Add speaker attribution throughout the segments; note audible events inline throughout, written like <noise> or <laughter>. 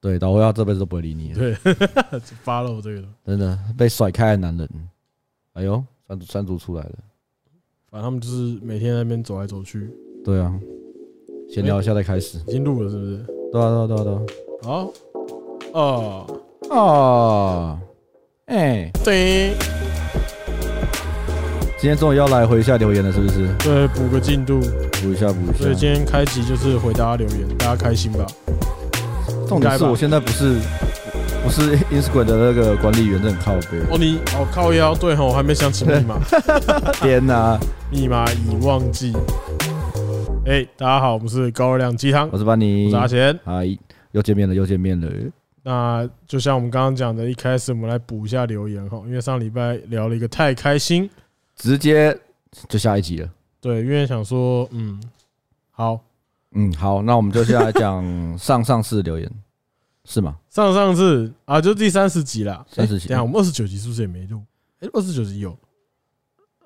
Speaker 1: 对，导会要这辈子都不会理你了，
Speaker 2: 对 <laughs> ，follow 这个，
Speaker 1: 真的被甩开的男人。哎呦，山竹山竹出来了，
Speaker 2: 反正他们就是每天在那边走来走去，
Speaker 1: 对啊，闲聊一下再开始，
Speaker 2: 已经录了是不是？
Speaker 1: 对啊对啊对啊
Speaker 2: 好，哦，
Speaker 1: 对啊，啊，哎，
Speaker 2: 对
Speaker 1: 今天终于要来回一下留言了，是不是？
Speaker 2: 对，补个进度，
Speaker 1: 补一下补
Speaker 2: 所以
Speaker 1: 一下
Speaker 2: 今。天开集就是回大家留言，大家开心吧？
Speaker 1: 重点是我现在不是不是 Instagram 的那个管理员，真的很靠背。
Speaker 2: 哦，你哦靠腰，对吼，我还没想起密码，
Speaker 1: 天哪，
Speaker 2: 密码已忘记。哎，大家好，我们是高热量鸡汤，
Speaker 1: 我是班
Speaker 2: 我
Speaker 1: 尼
Speaker 2: 是，阿贤。
Speaker 1: 嗨，又见面了，又见面了。
Speaker 2: 那就像我们刚刚讲的，一开始我们来补一下留言哈，因为上礼拜聊了一个太开心，
Speaker 1: 直接就下一集了。
Speaker 2: 对，因为想说，嗯，好，
Speaker 1: 嗯，好，那我们就下来讲上上次留言，是吗？
Speaker 2: 上上次啊，就第三十集啦，哎
Speaker 1: 30集
Speaker 2: 诶等一下我们二十九集是不是也没录？哎，二十九集有，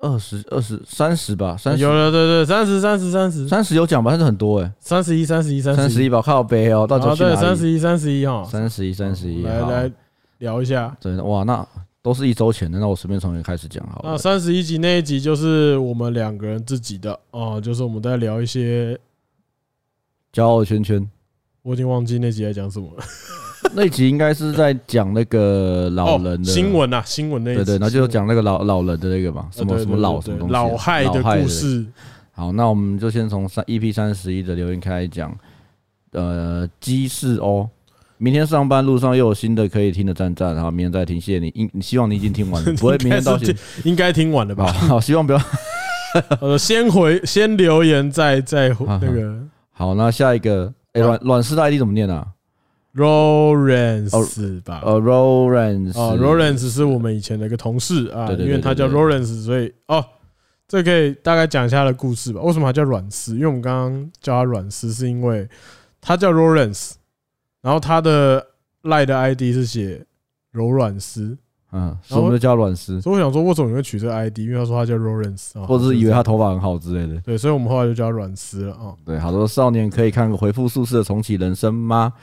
Speaker 1: 二十二十三十吧，三
Speaker 2: 有
Speaker 1: 十
Speaker 2: 了，对对，三十三十三十
Speaker 1: 三十有讲吧，但是很多哎、
Speaker 2: 三十一三十一
Speaker 1: 欸，三
Speaker 2: 三
Speaker 1: 十
Speaker 2: 一，
Speaker 1: 一吧，靠背哦，到底
Speaker 2: 啊，
Speaker 1: 去哪
Speaker 2: 对，
Speaker 1: 里？
Speaker 2: 三十一三十一哈，
Speaker 1: 三十一，三十一，
Speaker 2: 来
Speaker 1: 好
Speaker 2: 来，聊一下。
Speaker 1: 真的哇，那都是一周前的，那我随便从你开始讲好
Speaker 2: 那
Speaker 1: 了。
Speaker 2: 三十一集那一集就是我们两个人自己的哦，就是我们在聊一些，
Speaker 1: 骄傲圈
Speaker 2: <laughs>
Speaker 1: 圈
Speaker 2: 我已经忘记那集在讲什么了。
Speaker 1: 那集应该是在讲那个老人
Speaker 2: 哦
Speaker 1: 的
Speaker 2: 新，闻啊，新闻那一集
Speaker 1: 对对，然后就讲那个老老人的那个嘛，什么
Speaker 2: 呃对
Speaker 1: 什么
Speaker 2: 对
Speaker 1: 老
Speaker 2: 对
Speaker 1: 什么
Speaker 2: 对
Speaker 1: 东西，
Speaker 2: 老害的故。事，
Speaker 1: 好，那我们就先从三 EP 三十一的留言开始讲。呃，鸡是哦，明天上班路上又有新的可以听的赞赞，然后明天再听，谢谢你。应希望你已经听完
Speaker 2: <laughs>
Speaker 1: 了，嗯不会明天到
Speaker 2: 应该
Speaker 1: 现
Speaker 2: 是应该听完了
Speaker 1: 好
Speaker 2: 吧？
Speaker 1: 好， <laughs> 希望不要。
Speaker 2: 呃，先回先留言，再再回
Speaker 1: 啊
Speaker 2: 那个
Speaker 1: 好，那下一个，哎、阮阮氏的 ID 怎么念啊？
Speaker 2: Lawrence 吧。
Speaker 1: 呃，Lawrence，
Speaker 2: 哦，Lawrence 是我们以前的一个同事啊，
Speaker 1: 对对对
Speaker 2: 因为他叫
Speaker 1: 对对
Speaker 2: Lawrence，所以哦，这可以大概讲一下他的故事吧。为什么他叫软丝？因为我们刚刚叫他软丝，是因为他叫 Lawrence，然后他的赖的 ID 是写柔软丝，
Speaker 1: 嗯，所以我们就叫阮氏，
Speaker 2: 所以我想说，为什么你会取这个 ID？因为他说他叫 Lawrence，啊
Speaker 1: 或者是以为他头发很好之类的。
Speaker 2: 对，所以我们后来就叫他软丝了啊。
Speaker 1: 对，好多少年可以看回复宿舍重启人生吗？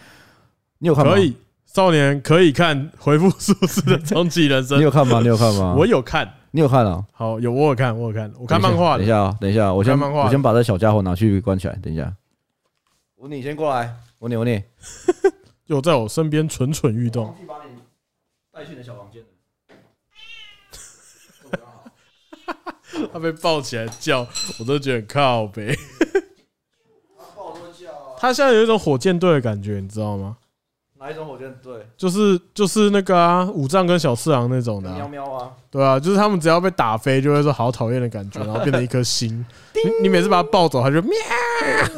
Speaker 1: 你有看吗？
Speaker 2: 可，以，少年可以看回复数字的终极人
Speaker 1: 你
Speaker 2: 生，
Speaker 1: 有看吗？你有看吗？
Speaker 2: 我有看，
Speaker 1: 你有看啊、
Speaker 2: 好有我有看，我有看，我看漫画
Speaker 1: 等一
Speaker 2: 的，
Speaker 1: 下啊，等一下，我先
Speaker 2: 看漫画的
Speaker 1: 我先把这小家伙拿去关起来。等一下，吴你先过来，吴你吴你，
Speaker 2: 就在我身边蠢蠢
Speaker 1: <laughs>
Speaker 2: 欲动。
Speaker 1: 记把你带去你的小房间了。
Speaker 2: 他被抱起来叫，我都觉得很靠北。他现在有一种火箭队的感觉，你知道吗？
Speaker 1: 啊哪一种火箭队？
Speaker 2: 就是就是那个啊，五藏跟小次郎那种的啊、
Speaker 1: 喵喵啊！
Speaker 2: 对啊，就是他们只要被打飞，就会说好讨厌的感觉，然后变成一颗心。你你每次把它抱走，它就喵，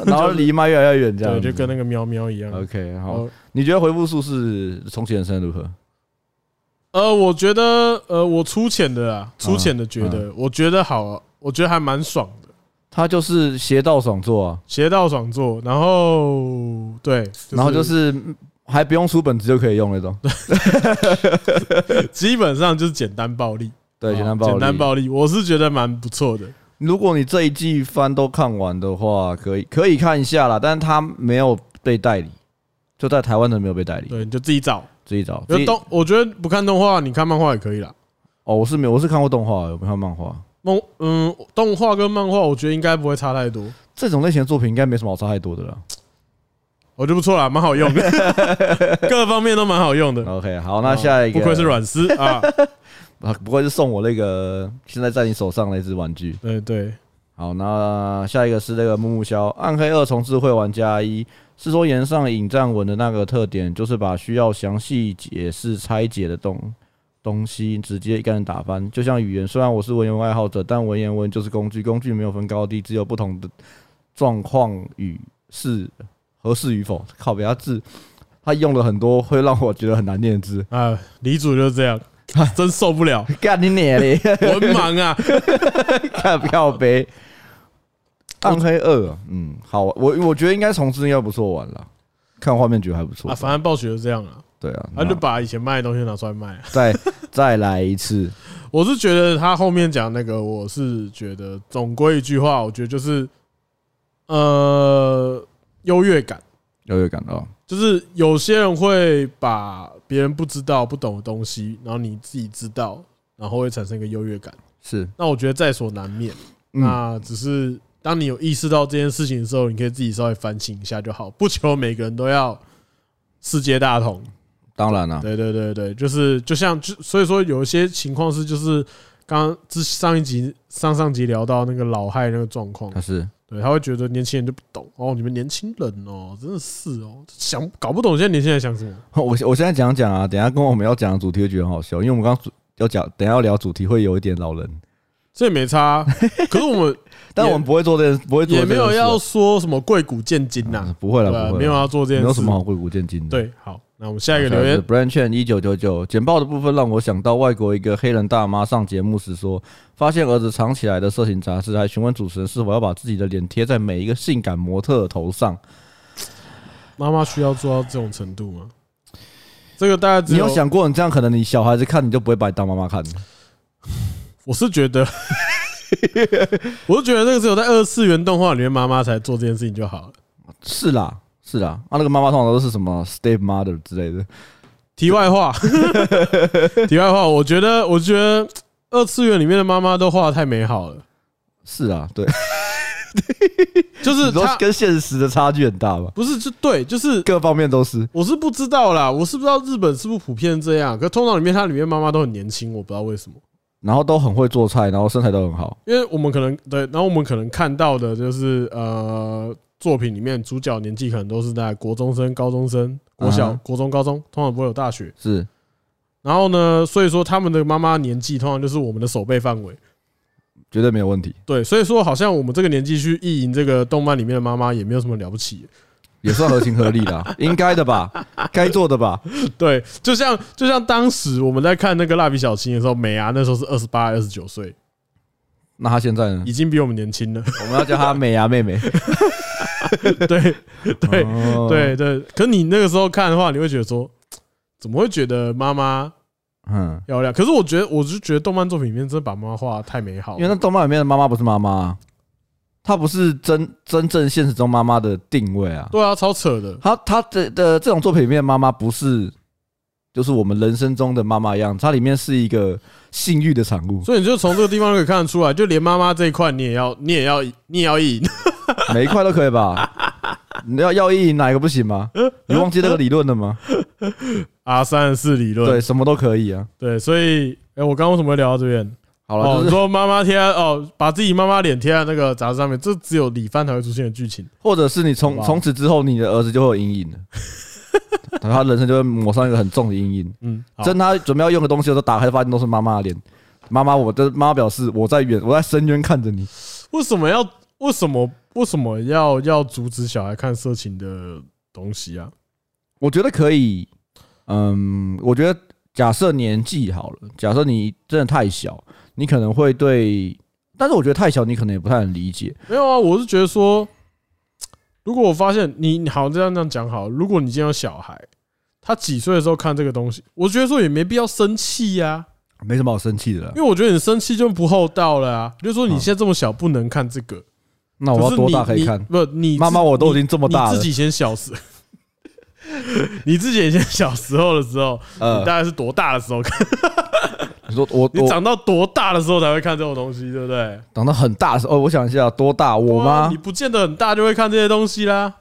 Speaker 1: 然后离麦越来越远，这样子
Speaker 2: 对，就跟那个喵喵一样。
Speaker 1: OK 好
Speaker 2: 哦。
Speaker 1: 你觉得回复术是重启人生如何？
Speaker 2: 呃，我觉得呃，我粗浅的
Speaker 1: 啊
Speaker 2: 啦，粗浅的觉得，我觉得好啊，我觉得还蛮爽的，
Speaker 1: 他就是邪道爽做啊，
Speaker 2: 邪道爽做。然后对，
Speaker 1: 然后就是还不用出本子就可以用那种。
Speaker 2: 基本上就是简单暴力。
Speaker 1: 对，
Speaker 2: 哦
Speaker 1: 简单暴力。
Speaker 2: 简单暴力，我是觉得蛮不错的。
Speaker 1: 如果你这一季番都看完的话，可以可以看一下啦，但是他没有被代理，就在台湾的没有被代理，
Speaker 2: 对，你就自己找。
Speaker 1: 自己找。自
Speaker 2: 就
Speaker 1: 己
Speaker 2: 动，我觉得不看动画，你看漫画也可以啦。
Speaker 1: 哦，我是没有，我是看过动画，有没有看漫画？
Speaker 2: 梦，嗯，动画跟漫画，我觉得应该不会差太多，
Speaker 1: 这种类型的作品应该没什么好差太多的了。
Speaker 2: 我觉得不错啦，蛮好用的，
Speaker 1: <laughs>
Speaker 2: 各方面都蛮好用的。
Speaker 1: OK，好，那下一个
Speaker 2: 啊不愧是软丝啊！ <laughs>
Speaker 1: 啊，不愧是送我那个现在在你手上那只玩具。
Speaker 2: 对对，
Speaker 1: 好，那下一个是那个木木萧《暗黑二重智慧玩家一》，是说岩上引战文的那个特点，就是把需要详细解释拆解的东东西直接一竿子打翻。就像语言，虽然我是文言文爱好者，但文言文就是工具，工具没有分高低，只有不同的状况与是合适与否。靠北，他字他用了很多会让我觉得很难念的字，
Speaker 2: 啊，李主就是
Speaker 1: <laughs>
Speaker 2: 这样，真受不了，
Speaker 1: 干你娘嘞！
Speaker 2: 文盲啊！
Speaker 1: <laughs> 看票呗。暗黑二，嗯，好，我我觉得应该重置应该不错玩了，看画面觉得还不错 <laughs>
Speaker 2: 啊，。反正暴雪就是这样啊，
Speaker 1: 对啊，
Speaker 2: 他
Speaker 1: 那
Speaker 2: 就把以前卖的东西拿出来卖啊。
Speaker 1: 再再来一次，
Speaker 2: 我是觉得他后面讲那个，我是觉得总归一句话，我觉得就是，呃，优越感。
Speaker 1: 优越感哦。
Speaker 2: 就是有些人会把别人不知道、不懂的东西，然后你自己知道，然后会产生一个优越感。
Speaker 1: 是，
Speaker 2: 那我觉得在所难免。
Speaker 1: 嗯，
Speaker 2: 那只是当你有意识到这件事情的时候，你可以自己稍微反省一下就好，不求每个人都要世界大同。
Speaker 1: 当然啦，
Speaker 2: 对对对对，就是就像就所以说有一些情况是就是刚刚之上一集上上集聊到那个老害那个状况
Speaker 1: 他，是 <laughs>
Speaker 2: 对他会觉得年轻人就不懂哦，你们年轻人哦，真的是哦，想搞不懂现在年轻人想什么。
Speaker 1: 我我现在讲讲啊，等一下跟我们要讲的主题会觉得很好笑，因为我们刚刚主要讲，等一下要聊主题会有一点老人，
Speaker 2: 这也没
Speaker 1: <laughs>
Speaker 2: 差啊，可是我们
Speaker 1: 但
Speaker 2: 也
Speaker 1: 我们不会做这件，不会做
Speaker 2: 也
Speaker 1: 这件事
Speaker 2: 没
Speaker 1: 啊，
Speaker 2: 有要说什么贵古见今呐
Speaker 1: 嗯，不会
Speaker 2: 对
Speaker 1: 了，
Speaker 2: 吧？
Speaker 1: 不会啦，
Speaker 2: 没有要做这件
Speaker 1: 没
Speaker 2: 事，
Speaker 1: 有什么好贵古见今的。
Speaker 2: 对，好，那我们下一个留言，
Speaker 1: Brand Chen 一九九九简报的部分让我想到外国一个黑人大妈上节目时说，发现儿子藏起来的色情杂志，还询问主持人是否要把自己的脸贴在每一个性感模特的头上。
Speaker 2: 妈妈需要做到这种程度吗？这个大家
Speaker 1: 你
Speaker 2: 只
Speaker 1: 有，想过，你这样可能你小孩子看你就不会把你当妈妈看。
Speaker 2: 我是觉得， <laughs> 我是觉得这个只有在二次元动画里面妈妈才做这件事情就好了。
Speaker 1: 是啦，是啦，啊，那个妈妈通常都是什么 step mother 之类的。
Speaker 2: 题
Speaker 1: <laughs>
Speaker 2: 外话，题外话，我觉得，我觉得二次元里面的妈妈都画的太美好了，
Speaker 1: 是啊，对，
Speaker 2: 就
Speaker 1: <laughs>
Speaker 2: 是
Speaker 1: 都
Speaker 2: 她
Speaker 1: 跟现实的差距很大吧，
Speaker 2: 不是就对，就是
Speaker 1: 各方面都是。
Speaker 2: 我是不知道啦，我是不知道日本是不是普遍这样，可通常里面它里面妈妈都很年轻，我不知道为什么。
Speaker 1: 然后都很会做菜，然后身材都很好。
Speaker 2: 因为我们可能对，然后我们可能看到的就是呃，作品里面主角年纪可能都是在国中生、高中生、国小、
Speaker 1: 嗯哼
Speaker 2: 国中、高中，通常不会有大学。
Speaker 1: 是，
Speaker 2: 然后呢，所以说他们的妈妈年纪通常就是我们的手背范围。
Speaker 1: 绝对没有问题，
Speaker 2: 对，所以说好像我们这个年纪去意淫这个动漫里面的妈妈也没有什么了不起。
Speaker 1: 也算合情合理啦， <laughs> 应该的吧，该做的吧。
Speaker 2: 对，就像就像当时我们在看那个蜡笔小新的时候，美啊伢那时候是二十八、二十九岁，
Speaker 1: 那他现在呢？
Speaker 2: 已经比我们年轻了。 <laughs>
Speaker 1: 我们要叫她美牙妹 <laughs> 妹。
Speaker 2: 对对，
Speaker 1: 哦，
Speaker 2: 对对，可你那个时候看的话，你会觉得说，怎么会觉得妈妈
Speaker 1: 嗯，
Speaker 2: 漂亮？可是我觉得，我就觉得动漫作品里面真的把妈妈画得太美好
Speaker 1: 因为那
Speaker 2: 了。
Speaker 1: 动漫里面的妈妈不是妈妈啊，她不是真真正现实中妈妈的定位啊。
Speaker 2: 对啊，超扯的。
Speaker 1: 她她的的这种作品里面的妈妈不是，就是我们人生中的妈妈一样，它里面是一个性欲的产物，
Speaker 2: 所以你就从这个地方可以看得出来，就连妈妈这一块，你也要，你也要，你也要赢。
Speaker 1: 每一块都可以吧？ <laughs> 你要要意淫哪一个不行吗？你忘记那个理论了吗？
Speaker 2: R 三十四理论，
Speaker 1: 对，什么都可以啊。
Speaker 2: 对，所以，哎，我刚刚为什么会聊到这边？
Speaker 1: 好了，
Speaker 2: 哦，你
Speaker 1: 就是
Speaker 2: 说妈妈贴在哦，把自己妈妈脸贴在那个杂志上面，这只有李帆才会出现的剧情。
Speaker 1: 或者是你从
Speaker 2: 好吧
Speaker 1: 从此之后，你的儿子就会有阴 <laughs> 影了，他人生就会抹上一个很重的阴影。
Speaker 2: 嗯，好
Speaker 1: 真他准备要用的东西的时候，打开发现都是妈妈的脸。妈妈，我的妈妈表示我在远，我在深渊看着你。
Speaker 2: 为什么要为什么为什么要要阻止小孩看色情的东西啊？
Speaker 1: 我觉得可以，嗯，我觉得假设年纪好了，假设你真的太小，你可能会对，但是我觉得太小，你可能也不太能理解。
Speaker 2: 没有啊，我是觉得说，如果我发现你你好这样这样讲好，如果你今天有小孩，他几岁的时候看这个东西，我觉得说也没必要生气呀，
Speaker 1: 没什么好生气的啦
Speaker 2: 因为我觉得你生气就不厚道了啊。就是说你现在这么小不能看这个，
Speaker 1: 那啊我
Speaker 2: 可
Speaker 1: 要
Speaker 2: 是
Speaker 1: 多
Speaker 2: 你
Speaker 1: 大可以
Speaker 2: 你
Speaker 1: 看？
Speaker 2: 不，你
Speaker 1: 妈妈，我都已
Speaker 2: 经
Speaker 1: 经这么大
Speaker 2: 你
Speaker 1: 了
Speaker 2: 自，己先小时，你自己以前小时候的时候，你
Speaker 1: 呃，
Speaker 2: 大概是多大的时候看？
Speaker 1: 你说我
Speaker 2: 你
Speaker 1: 我
Speaker 2: 长到多大的时候才会看这种东西，对不对？
Speaker 1: 长到很大的时候，哦我想一下，多大？我
Speaker 2: 哇
Speaker 1: 妈
Speaker 2: 你不见得很大就会看这些东西啦。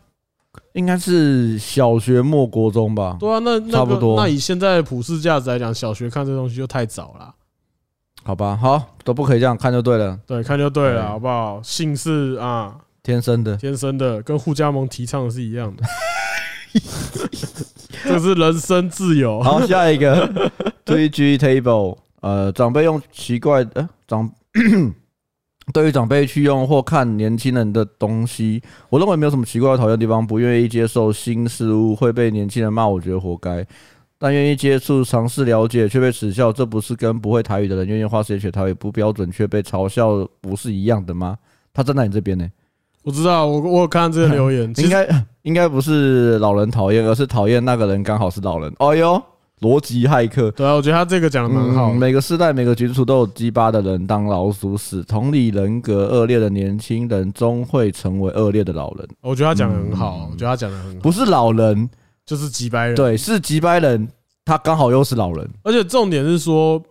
Speaker 1: 应该是小学末国中吧，
Speaker 2: 对啊，那那个
Speaker 1: 差不多
Speaker 2: 那以现在的普世价值来讲，小学看这东西就太早啦。
Speaker 1: 好吧，好，都不可以这样看就对了，
Speaker 2: 对，看就对
Speaker 1: 对
Speaker 2: 了，好不好？性是啊，
Speaker 1: 天生的。
Speaker 2: 天生的，跟互加盟提倡的是一样的。 <laughs> 这是人身自由。
Speaker 1: 好，下一个对于 G table，呃，长辈用奇怪的、呃、长， <coughs> 对于长辈去用或看年轻人的东西，我认为没有什么奇怪或讨厌的地方。不愿意接受新事物会被年轻人骂，我觉得活该。但愿意接触、尝试了解却被耻笑，这不是跟不会台语的人愿意花时间学台语不标准却被嘲笑不是一样的吗？他站在你这边呢、
Speaker 2: 我知道，我我有看这个
Speaker 1: <laughs>
Speaker 2: 留言，其
Speaker 1: 应
Speaker 2: 实
Speaker 1: 该应该不是老人讨厌，而是讨厌那个人刚好是老人。哎呦，逻辑骇客。
Speaker 2: 对啊，我觉得他这个讲的蛮好的。
Speaker 1: 嗯每个时代、每个局处都有鸡巴的人当老鼠屎，同理人格恶劣的年轻人终会成为恶劣的老人，
Speaker 2: 我觉得他讲的很好，我觉得他讲的很好。
Speaker 1: 不是老人，
Speaker 2: 就是几百
Speaker 1: 嗯
Speaker 2: 人。，
Speaker 1: 对，是几百人，他刚好又是老人，
Speaker 2: 而且重点是说，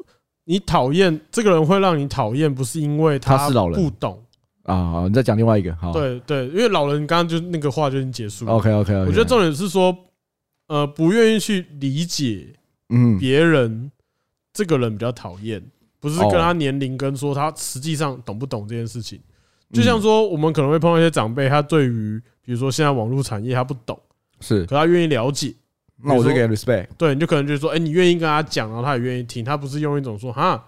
Speaker 2: 你讨厌这个人会让你讨厌，不是因为
Speaker 1: 他是老人
Speaker 2: 不懂。
Speaker 1: 啊，你再讲另外一个，好，
Speaker 2: 对对，因为老人刚刚就那个话就已经结束了。
Speaker 1: ，OK OK，
Speaker 2: 我觉得重点是说，呃，不愿意去理解
Speaker 1: 嗯，
Speaker 2: 别人，这个人比较讨厌，不是跟他年龄跟说他实际上懂不懂这件事情。就像
Speaker 1: 嗯
Speaker 2: 说，我们可能会碰到一些长辈，他对于比如说现在网络产业他不懂，
Speaker 1: 是，
Speaker 2: 可他愿意了解，
Speaker 1: 那我就
Speaker 2: 比
Speaker 1: 给 respect，
Speaker 2: 对，你就可能就说，哎，你愿意跟他讲，然后他也愿意听，他不是用一种说，哈，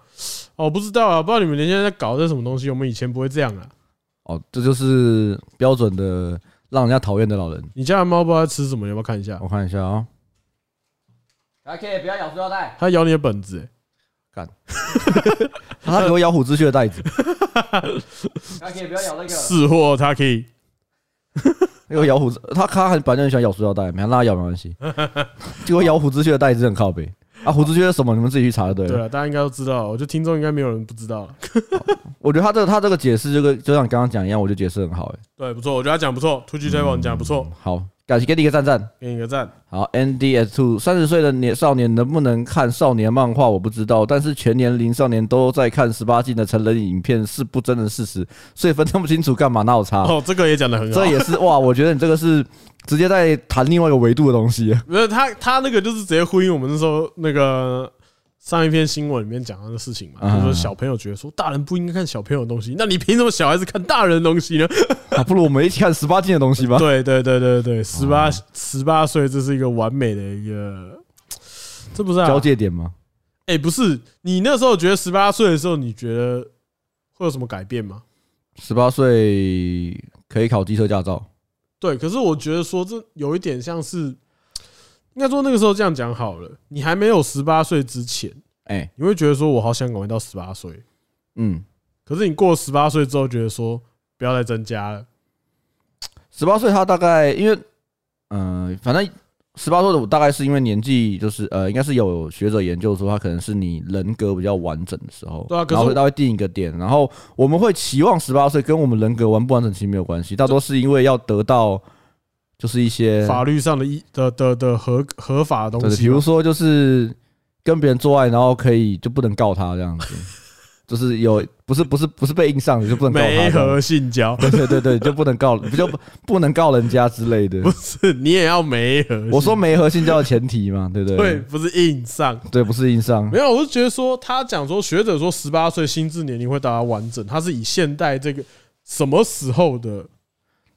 Speaker 2: 哦，我不知道啊，不知道你们年轻人在搞这什么东西，我们以前不会这样啊。
Speaker 1: 哦，这就是标准的让人家讨厌的老人。
Speaker 2: 你家的猫不知道在吃什么，你要不要看一下？
Speaker 1: 我看一下啊、还可以不要咬塑料袋，
Speaker 2: 它咬你的本子、哎
Speaker 1: 他给我咬虎之穴的
Speaker 2: <laughs>
Speaker 1: 袋子。还可以不要咬那
Speaker 2: 是货它可以，
Speaker 1: 那个咬虎之，他他很反正很喜欢咬塑料袋，没让他咬没关
Speaker 2: <laughs>
Speaker 1: 系。结果咬虎之穴的袋子很靠北啊！虎之穴是什么？你们自己去查就对
Speaker 2: 对啊
Speaker 1: 了。
Speaker 2: 了，大家应该都知道，我觉得听众应该没有人不知道了。
Speaker 1: 我觉得他这个他这个解释，这个就像你刚刚讲一样，我觉得解释很好、欸。
Speaker 2: 对，不错，我觉得他讲不错，Two G Table 你讲得不错，
Speaker 1: 好，感谢给你一个赞赞。
Speaker 2: 给你一个赞。
Speaker 1: 好，NDS Two，三十岁的年少年能不能看少年漫画我不知道，但是全年龄少年都在看十八禁的成人影片是不争的事实，所以分那么清楚干嘛？那我差。
Speaker 2: 哦，这个也讲得很好
Speaker 1: 这。也是哇，我觉得你这个是直接在谈另外一个维度的东西。
Speaker 2: 不是他，他那个就是直接呼应我们那时候那个上一篇新闻里面讲到的事情嘛，
Speaker 1: 嗯
Speaker 2: 就是说小朋友觉得说大人不应该看小朋友的东西，那你凭什么小孩子看大人的东西呢？
Speaker 1: 啊，不如我们一起看十八禁的东西吧。
Speaker 2: 对对对对
Speaker 1: 哦
Speaker 2: 对，十八十八岁，这是一个完美的一个，这不是啊
Speaker 1: 交？界点吗？
Speaker 2: 哎，不是，你那时候觉得十八岁的时候，你觉得会有什么改变吗？
Speaker 1: 十八岁可以考机车驾照，
Speaker 2: 对，可是我觉得说这有一点像是，应该说那个时候这样讲好了，你还没有十八岁之前，
Speaker 1: 哎、
Speaker 2: 你会觉得说我好想赶快到十八岁，
Speaker 1: 嗯，
Speaker 2: 可是你过十八岁之后，觉得说不要再增加了，
Speaker 1: 十八岁他大概因为，嗯、反正十八岁的我大概是因为年纪就是呃，应该是有学者研究说他可能是你人格比较完整的时候，
Speaker 2: 对啊可是
Speaker 1: 然后
Speaker 2: 我
Speaker 1: 他会定一个点，然后我们会期望十八岁跟我们人格完不完整其实没有关系，大多是因为要得到就是一些
Speaker 2: 法律上的一的的的合合法的东
Speaker 1: 对，比
Speaker 2: 西啊
Speaker 1: 如
Speaker 2: 嘛。
Speaker 1: 说就是跟别人做爱，然后可以就不能告他这样子， <laughs> 就是有不是不是不是被硬上的就不能告
Speaker 2: 没
Speaker 1: 他这样，
Speaker 2: 合性交 <laughs>
Speaker 1: <laughs> 对对对对，就不能告，就不不能告人家之类的
Speaker 2: 不。是你也要没合性？
Speaker 1: 我说没合性交的前提嘛，对不对？
Speaker 2: 对，不是硬上。
Speaker 1: 对，不是硬上
Speaker 2: 没。有，我是觉得说他讲说学者说十八岁心智年龄会达到完整，他是以现代这个什么时候的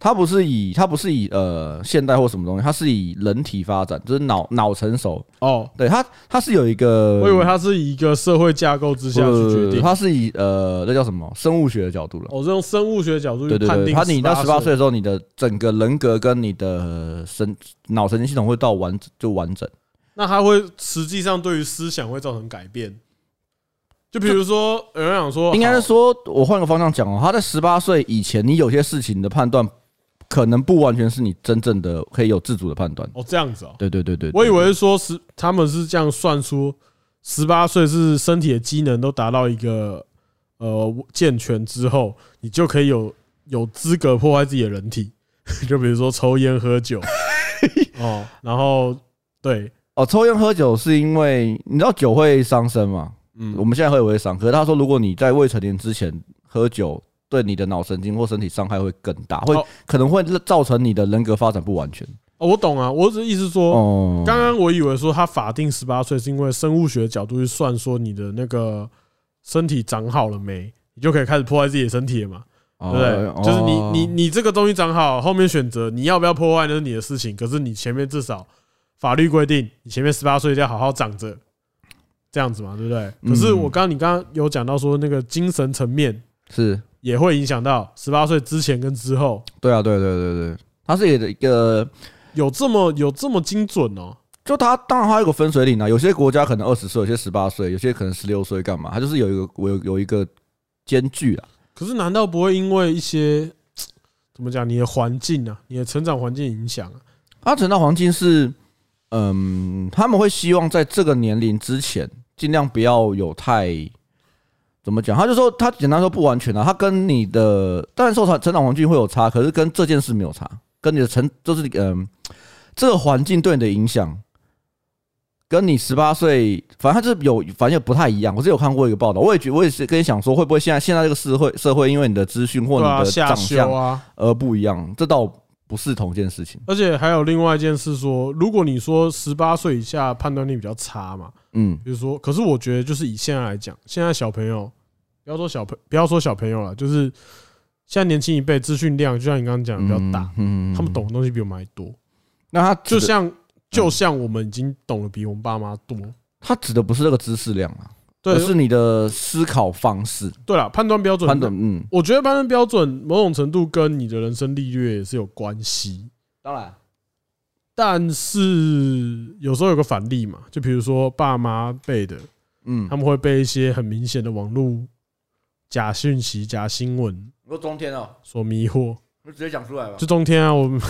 Speaker 1: 它不是以它不是以呃现代或什么东西，它是以人体发展，就是脑脑成熟。
Speaker 2: 哦，
Speaker 1: 对它它是有一个，
Speaker 2: 我以为它是以一个社会架构之下去决定，
Speaker 1: 它是以呃那叫什么生物学的角度了。
Speaker 2: 我是用生物学角度去
Speaker 1: 对对
Speaker 2: 判
Speaker 1: 对，
Speaker 2: 定。
Speaker 1: 他你到十八岁
Speaker 2: 岁，
Speaker 1: 的时候，你的整个人格跟你的神脑神经系统会到完就完整。
Speaker 2: 那它会实际上对于思想会造成改变。就比如说有人讲说，
Speaker 1: 应该是
Speaker 2: 好
Speaker 1: 说，我换个方向讲哦，他在十八岁以前，你有些事情的判断可能不完全是你真正的可以有自主的判断。
Speaker 2: 哦这样子哦，
Speaker 1: 对对对对，对
Speaker 2: 我以为是说是他们是这样算出十八岁是身体的机能都达到一个呃健全之后，你就可以有有资格破坏自己的人体， <laughs> 就比如说抽烟
Speaker 1: <laughs>
Speaker 2: 喝酒哦，然后对，
Speaker 1: 哦，抽烟喝酒是因为你知道酒会伤身嘛？我
Speaker 2: 嗯，
Speaker 1: 们现在喝也会伤，可是他说，如果你在未成年之前喝酒，对你的脑神经或身体伤害会更大，会
Speaker 2: 哦
Speaker 1: 可能会造成你的人格发展不完全。
Speaker 2: 哦，我懂啊，我只是意思说，
Speaker 1: 哦，
Speaker 2: 刚刚我以为说他法定十八岁是因为生物学角度去算说你的那个身体长好了没，你就可以开始破坏自己的身体了嘛，对
Speaker 1: 哦
Speaker 2: 不对？就是你
Speaker 1: 哦
Speaker 2: 你你这个东西长好，后面选择你要不要破坏那是你的事情，可是你前面至少法律规定你前面十八岁就要好好长着，这样子嘛，对不对？可是
Speaker 1: 嗯
Speaker 2: 我刚刚你刚刚有讲到说那个精神层面
Speaker 1: 哦是
Speaker 2: 也会影响到十八岁之前跟之后，
Speaker 1: 对啊，对对对对，它是有一个，
Speaker 2: 有这么有这么精准哦、
Speaker 1: 就它当然它有一个分水岭啊，有些国家可能二十岁，有些十八岁，有些可能十六岁，干嘛？它就是有一个我有有一个间距啊啦。
Speaker 2: 可是难道不会因为一些怎么讲你的环境啊，你的成长环境影响啊？
Speaker 1: 它成长黄金是，嗯，他们会希望在这个年龄之前，尽量不要有太。怎么讲？他就说，他简单说不完全啊，他跟你的当然受成成长环境会有差，可是跟这件事没有差，跟你的成就是嗯、这个环境对你的影响，跟你十八岁，反正它就是有，反正也不太一样。我是有看过一个报道，我也觉，我也是跟你想说，会不会现在现在这个社会社会，因为你的资讯或
Speaker 2: 对啊，
Speaker 1: 你的
Speaker 2: 下
Speaker 1: 长
Speaker 2: 修
Speaker 1: 相
Speaker 2: 啊，
Speaker 1: 而不一样，这倒不是同件事情。
Speaker 2: 而且还有另外一件事说，如果你说十八岁以下判断力比较差嘛，
Speaker 1: 嗯，
Speaker 2: 比如说，可是我觉得就是以现在来讲，现在小朋友，不要说小朋，不要说小朋友了，就是现在年轻一辈资讯量，就像你刚刚讲的比较大，
Speaker 1: 嗯
Speaker 2: 他们懂。的东西比我们还多，
Speaker 1: 那他
Speaker 2: 就
Speaker 1: 指的嗯
Speaker 2: 像就像我们已经懂得比我们爸妈多。
Speaker 1: 他指的不是这个知识量啊，
Speaker 2: 对
Speaker 1: 而是你的思考方式、
Speaker 2: 对了，判断标准，
Speaker 1: 判断。嗯，
Speaker 2: 我觉得判断标准某种程度跟你的人生历略也是有关系，
Speaker 1: 当然，
Speaker 2: 但是有时候有个反例嘛，就比如说爸妈辈的，
Speaker 1: 嗯，
Speaker 2: 他们会被一些很明显的网络假讯息、假新闻
Speaker 1: 你说中天哦，
Speaker 2: 所迷惑。
Speaker 1: 你直接讲出来吧
Speaker 2: 就中天啊，我们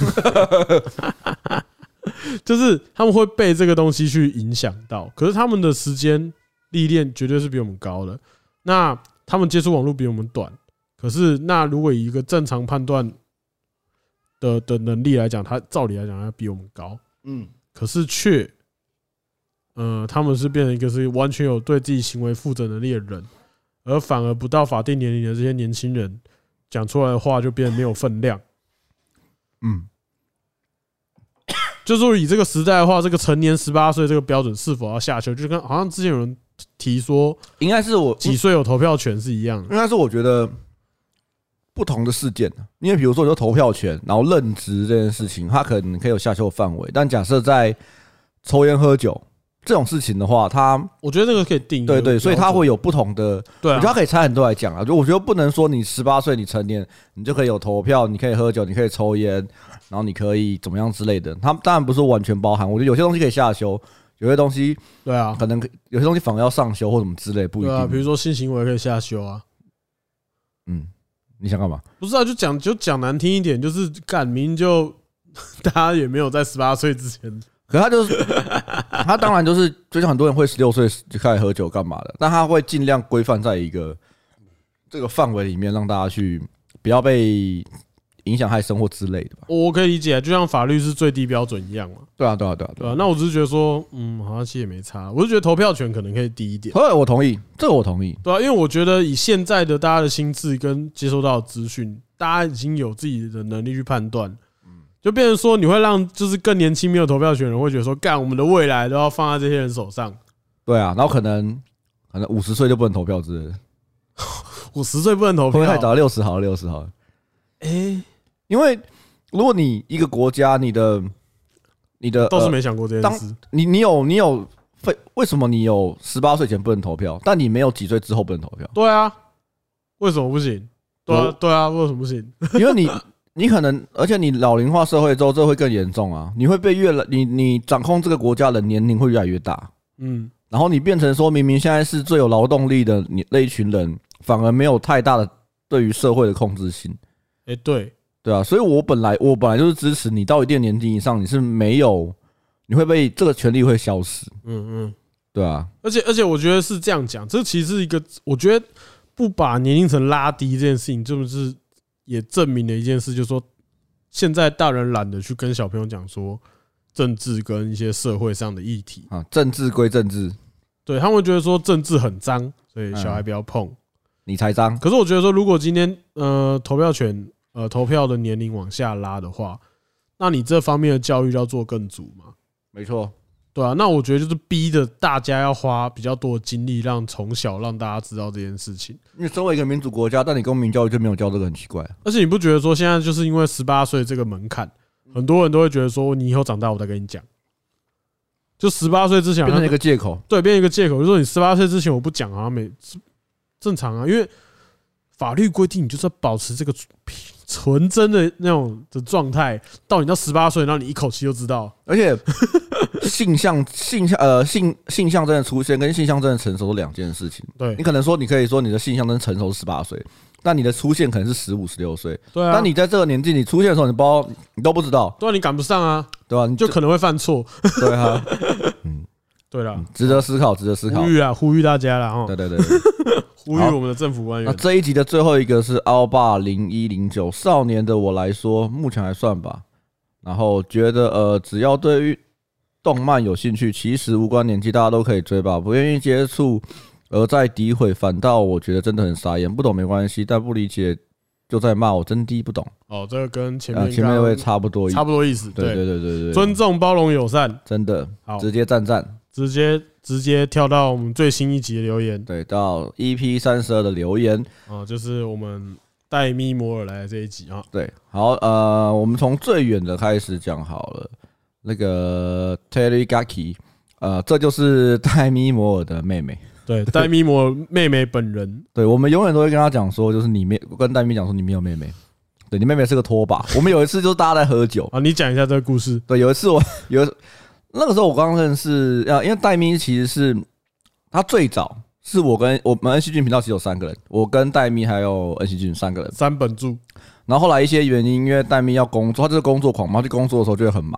Speaker 2: <laughs> 就是他们会被这个东西去影响到，可是他们的时间历练绝对是比我们高的。那他们接触网络比我们短，可是那如果以一个正常判断的的能力来讲，他照理来讲他比我们高，
Speaker 1: 嗯，
Speaker 2: 可是却，呃，他们是变成一个是完全有对自己行为负责能力的人，而反而不到法定年龄的这些年轻人讲出来的话就变得没有分量。
Speaker 1: 嗯，
Speaker 2: 就是说以这个时代的话，这个成年十八岁这个标准是否要下修，就跟好像之前有人提说
Speaker 1: 应该是我
Speaker 2: 几岁有投票权是一样的。
Speaker 1: 应该是我觉得不同的事件，啊因为比如说你说投票权，然后任职这件事情，它可能可以有下修的范围，但假设在抽烟喝酒这种事情的话，它
Speaker 2: 我觉得这个可以定义
Speaker 1: 对对，所以它
Speaker 2: 标准
Speaker 1: 会有不同的，
Speaker 2: 对
Speaker 1: 我觉得它
Speaker 2: 啊，
Speaker 1: 可以拆很多来讲啊。就我觉得不能说你十八岁你成年，你就可以有投票，你可以喝酒，你可以抽烟，然后你可以怎么样之类的。它当然不是完全包含，我觉得有些东西可以下修，有些东西
Speaker 2: 对啊，
Speaker 1: 可能可有些东西反而要上修或什么之类，不一
Speaker 2: 对啊，
Speaker 1: 定。
Speaker 2: 比如说性行为可以下修啊，
Speaker 1: 嗯，你想干嘛？
Speaker 2: 不是啊，就讲就讲难听一点，就是感明就 <laughs> 大家也没有在十八岁之前，
Speaker 1: 可他就是他，当然就是就像很多人会十六岁就开始喝酒干嘛的，但他会尽量规范在一个这个范围里面，让大家去不要被影响害生活之类的吧。
Speaker 2: 我可以理解啊，就像法律是最低标准一样嘛，
Speaker 1: 对啊，对啊，对啊，
Speaker 2: 对
Speaker 1: 对
Speaker 2: 吧、
Speaker 1: 啊。
Speaker 2: 那我只是觉得说，嗯，好像其实也没差，我是觉得投票权可能可以低一点。
Speaker 1: 所以我同意，这个我同意。
Speaker 2: 对啊，因为我觉得以现在的大家的心智跟接收到的资讯，大家已经有自己的能力去判断，
Speaker 1: 嗯
Speaker 2: 就变成说你会让就是更年轻没有投票权的人会觉得说，干我们的未来都要放在这些人手上。
Speaker 1: 对啊，然后可能可能五十岁就不能投票之类的，
Speaker 2: 我十岁不能投
Speaker 1: 会不会太
Speaker 2: 票，
Speaker 1: 早？六十好了，六十好了。
Speaker 2: 哎，
Speaker 1: 因为如果你一个国家，你的你的
Speaker 2: 倒是
Speaker 1: 呃
Speaker 2: 没想过这件事。
Speaker 1: 你你有你有非为什么你有十八岁前不能投票，但你没有几岁之后不能投票？
Speaker 2: 对啊，为什么不行？对啊
Speaker 1: 我，
Speaker 2: 对啊，为什么不行？
Speaker 1: 因为你
Speaker 2: <laughs>
Speaker 1: 你可能，而且你老龄化社会之后，这会更严重啊！你会被越来你你掌控这个国家的年龄会越来越大，
Speaker 2: 嗯，
Speaker 1: 然后你变成说，明明现在是最有劳动力的你那一群人，反而没有太大的对于社会的控制性，
Speaker 2: 哎，对，
Speaker 1: 对啊，所以我本来我本来就是支持你到一定年纪以上，你是没有，你会被这个权利会消失，
Speaker 2: 嗯嗯，
Speaker 1: 对啊，
Speaker 2: 而且而且我觉得是这样讲，这其实是一个我觉得不把年龄层拉低这件事情，就是也证明了一件事，就是说现在大人懒得去跟小朋友讲说政治跟一些社会上的议题，
Speaker 1: 啊，政治归政治，
Speaker 2: 对他们会觉得说政治很脏，所以小孩
Speaker 1: 嗯
Speaker 2: 不要碰。
Speaker 1: 你才脏，
Speaker 2: 可是我觉得说，如果今天呃投票权呃投票的年龄往下拉的话，那你这方面的教育要做更足嘛？
Speaker 1: 没错，
Speaker 2: 对啊，那我觉得就是逼着大家要花比较多的精力，让从小让大家知道这件事情。
Speaker 1: 因为身为一个民主国家，但你公民教育就没有教这个，很奇怪、啊。
Speaker 2: 而且你不觉得说现在就是因为十八岁这个门槛，
Speaker 1: 嗯
Speaker 2: 很多人都会觉得说你以后长大我再跟你讲，就十八岁之前
Speaker 1: 变成
Speaker 2: 好像
Speaker 1: 一个借口，
Speaker 2: 对变成一个借口，就说你十八岁之前我不讲好像没正常啊，因为法律规定你就是要保持这个纯真的那种的状态，到你到十八岁，然后你一口气就知道，
Speaker 1: 而且 <laughs> 性向、性向呃性性向真的出现跟性向真的成熟是两件事情。
Speaker 2: 对
Speaker 1: 你可能说，你可以说你的性向真成熟十八岁，但你的出现可能是十五、十六岁。
Speaker 2: 对啊，
Speaker 1: 但你在这个年纪，你出现的时候，你包你都不知道，
Speaker 2: 对啊，你赶不上啊，
Speaker 1: 对吧？你
Speaker 2: 就可能会犯错，
Speaker 1: <laughs> 对啊，
Speaker 2: 对啦，
Speaker 1: 值得思考，值得嗯思考
Speaker 2: 呼。吁啊，呼吁大家啦，哈，
Speaker 1: 对对对，对
Speaker 2: <laughs> 呼吁我们的政府官
Speaker 1: 那
Speaker 2: 员，
Speaker 1: 这一集的最后一个是凹爸零一零九少年的我来说，目前还算吧。然后觉得呃，只要对于动漫有兴趣，其实无关年纪，大家都可以追吧。不愿意接触，而在诋毁，反倒我觉得真的很傻眼。不懂没关系，但不理解就在骂，我真的不懂。
Speaker 2: 哦，这个跟前
Speaker 1: 呃，
Speaker 2: 面
Speaker 1: 前面那
Speaker 2: 刚
Speaker 1: 位
Speaker 2: 刚
Speaker 1: 差不多一，
Speaker 2: 差不多意思，
Speaker 1: 对
Speaker 2: 对，
Speaker 1: 对对对对，
Speaker 2: 尊重、包容、友善。
Speaker 1: 真的
Speaker 2: 好，
Speaker 1: 直接赞赞。
Speaker 2: 直接直接跳到我们最新一集的留言
Speaker 1: 对，到 EP 三十二的留言，
Speaker 2: 啊，就是我们戴咪摩尔来的这一集啊，
Speaker 1: 对，好，呃，我们从最远的开始讲好了。那个 Terry Gaki，呃，这就是泰米摩尔的妹妹。 <laughs>
Speaker 2: 对，戴咪摩尔妹妹本人，
Speaker 1: 对，我们永远都会跟他讲说，就是你没我跟戴咪讲说你没有妹妹，对你妹妹是个拖把。我们有一次就是大家在喝酒，
Speaker 2: 啊，你讲一下这个故事。
Speaker 1: 对，有一次我 <laughs> 有一那个时候我刚认识，呃，因为戴咪其实是他最早是我跟我们恩熙俊频道其实有三个人，我跟戴咪还有恩熙俊三个人。
Speaker 2: 三本柱，
Speaker 1: 然后后来一些原因，因为戴咪要工作，他就是工作狂嘛，他去工作的时候就会很忙，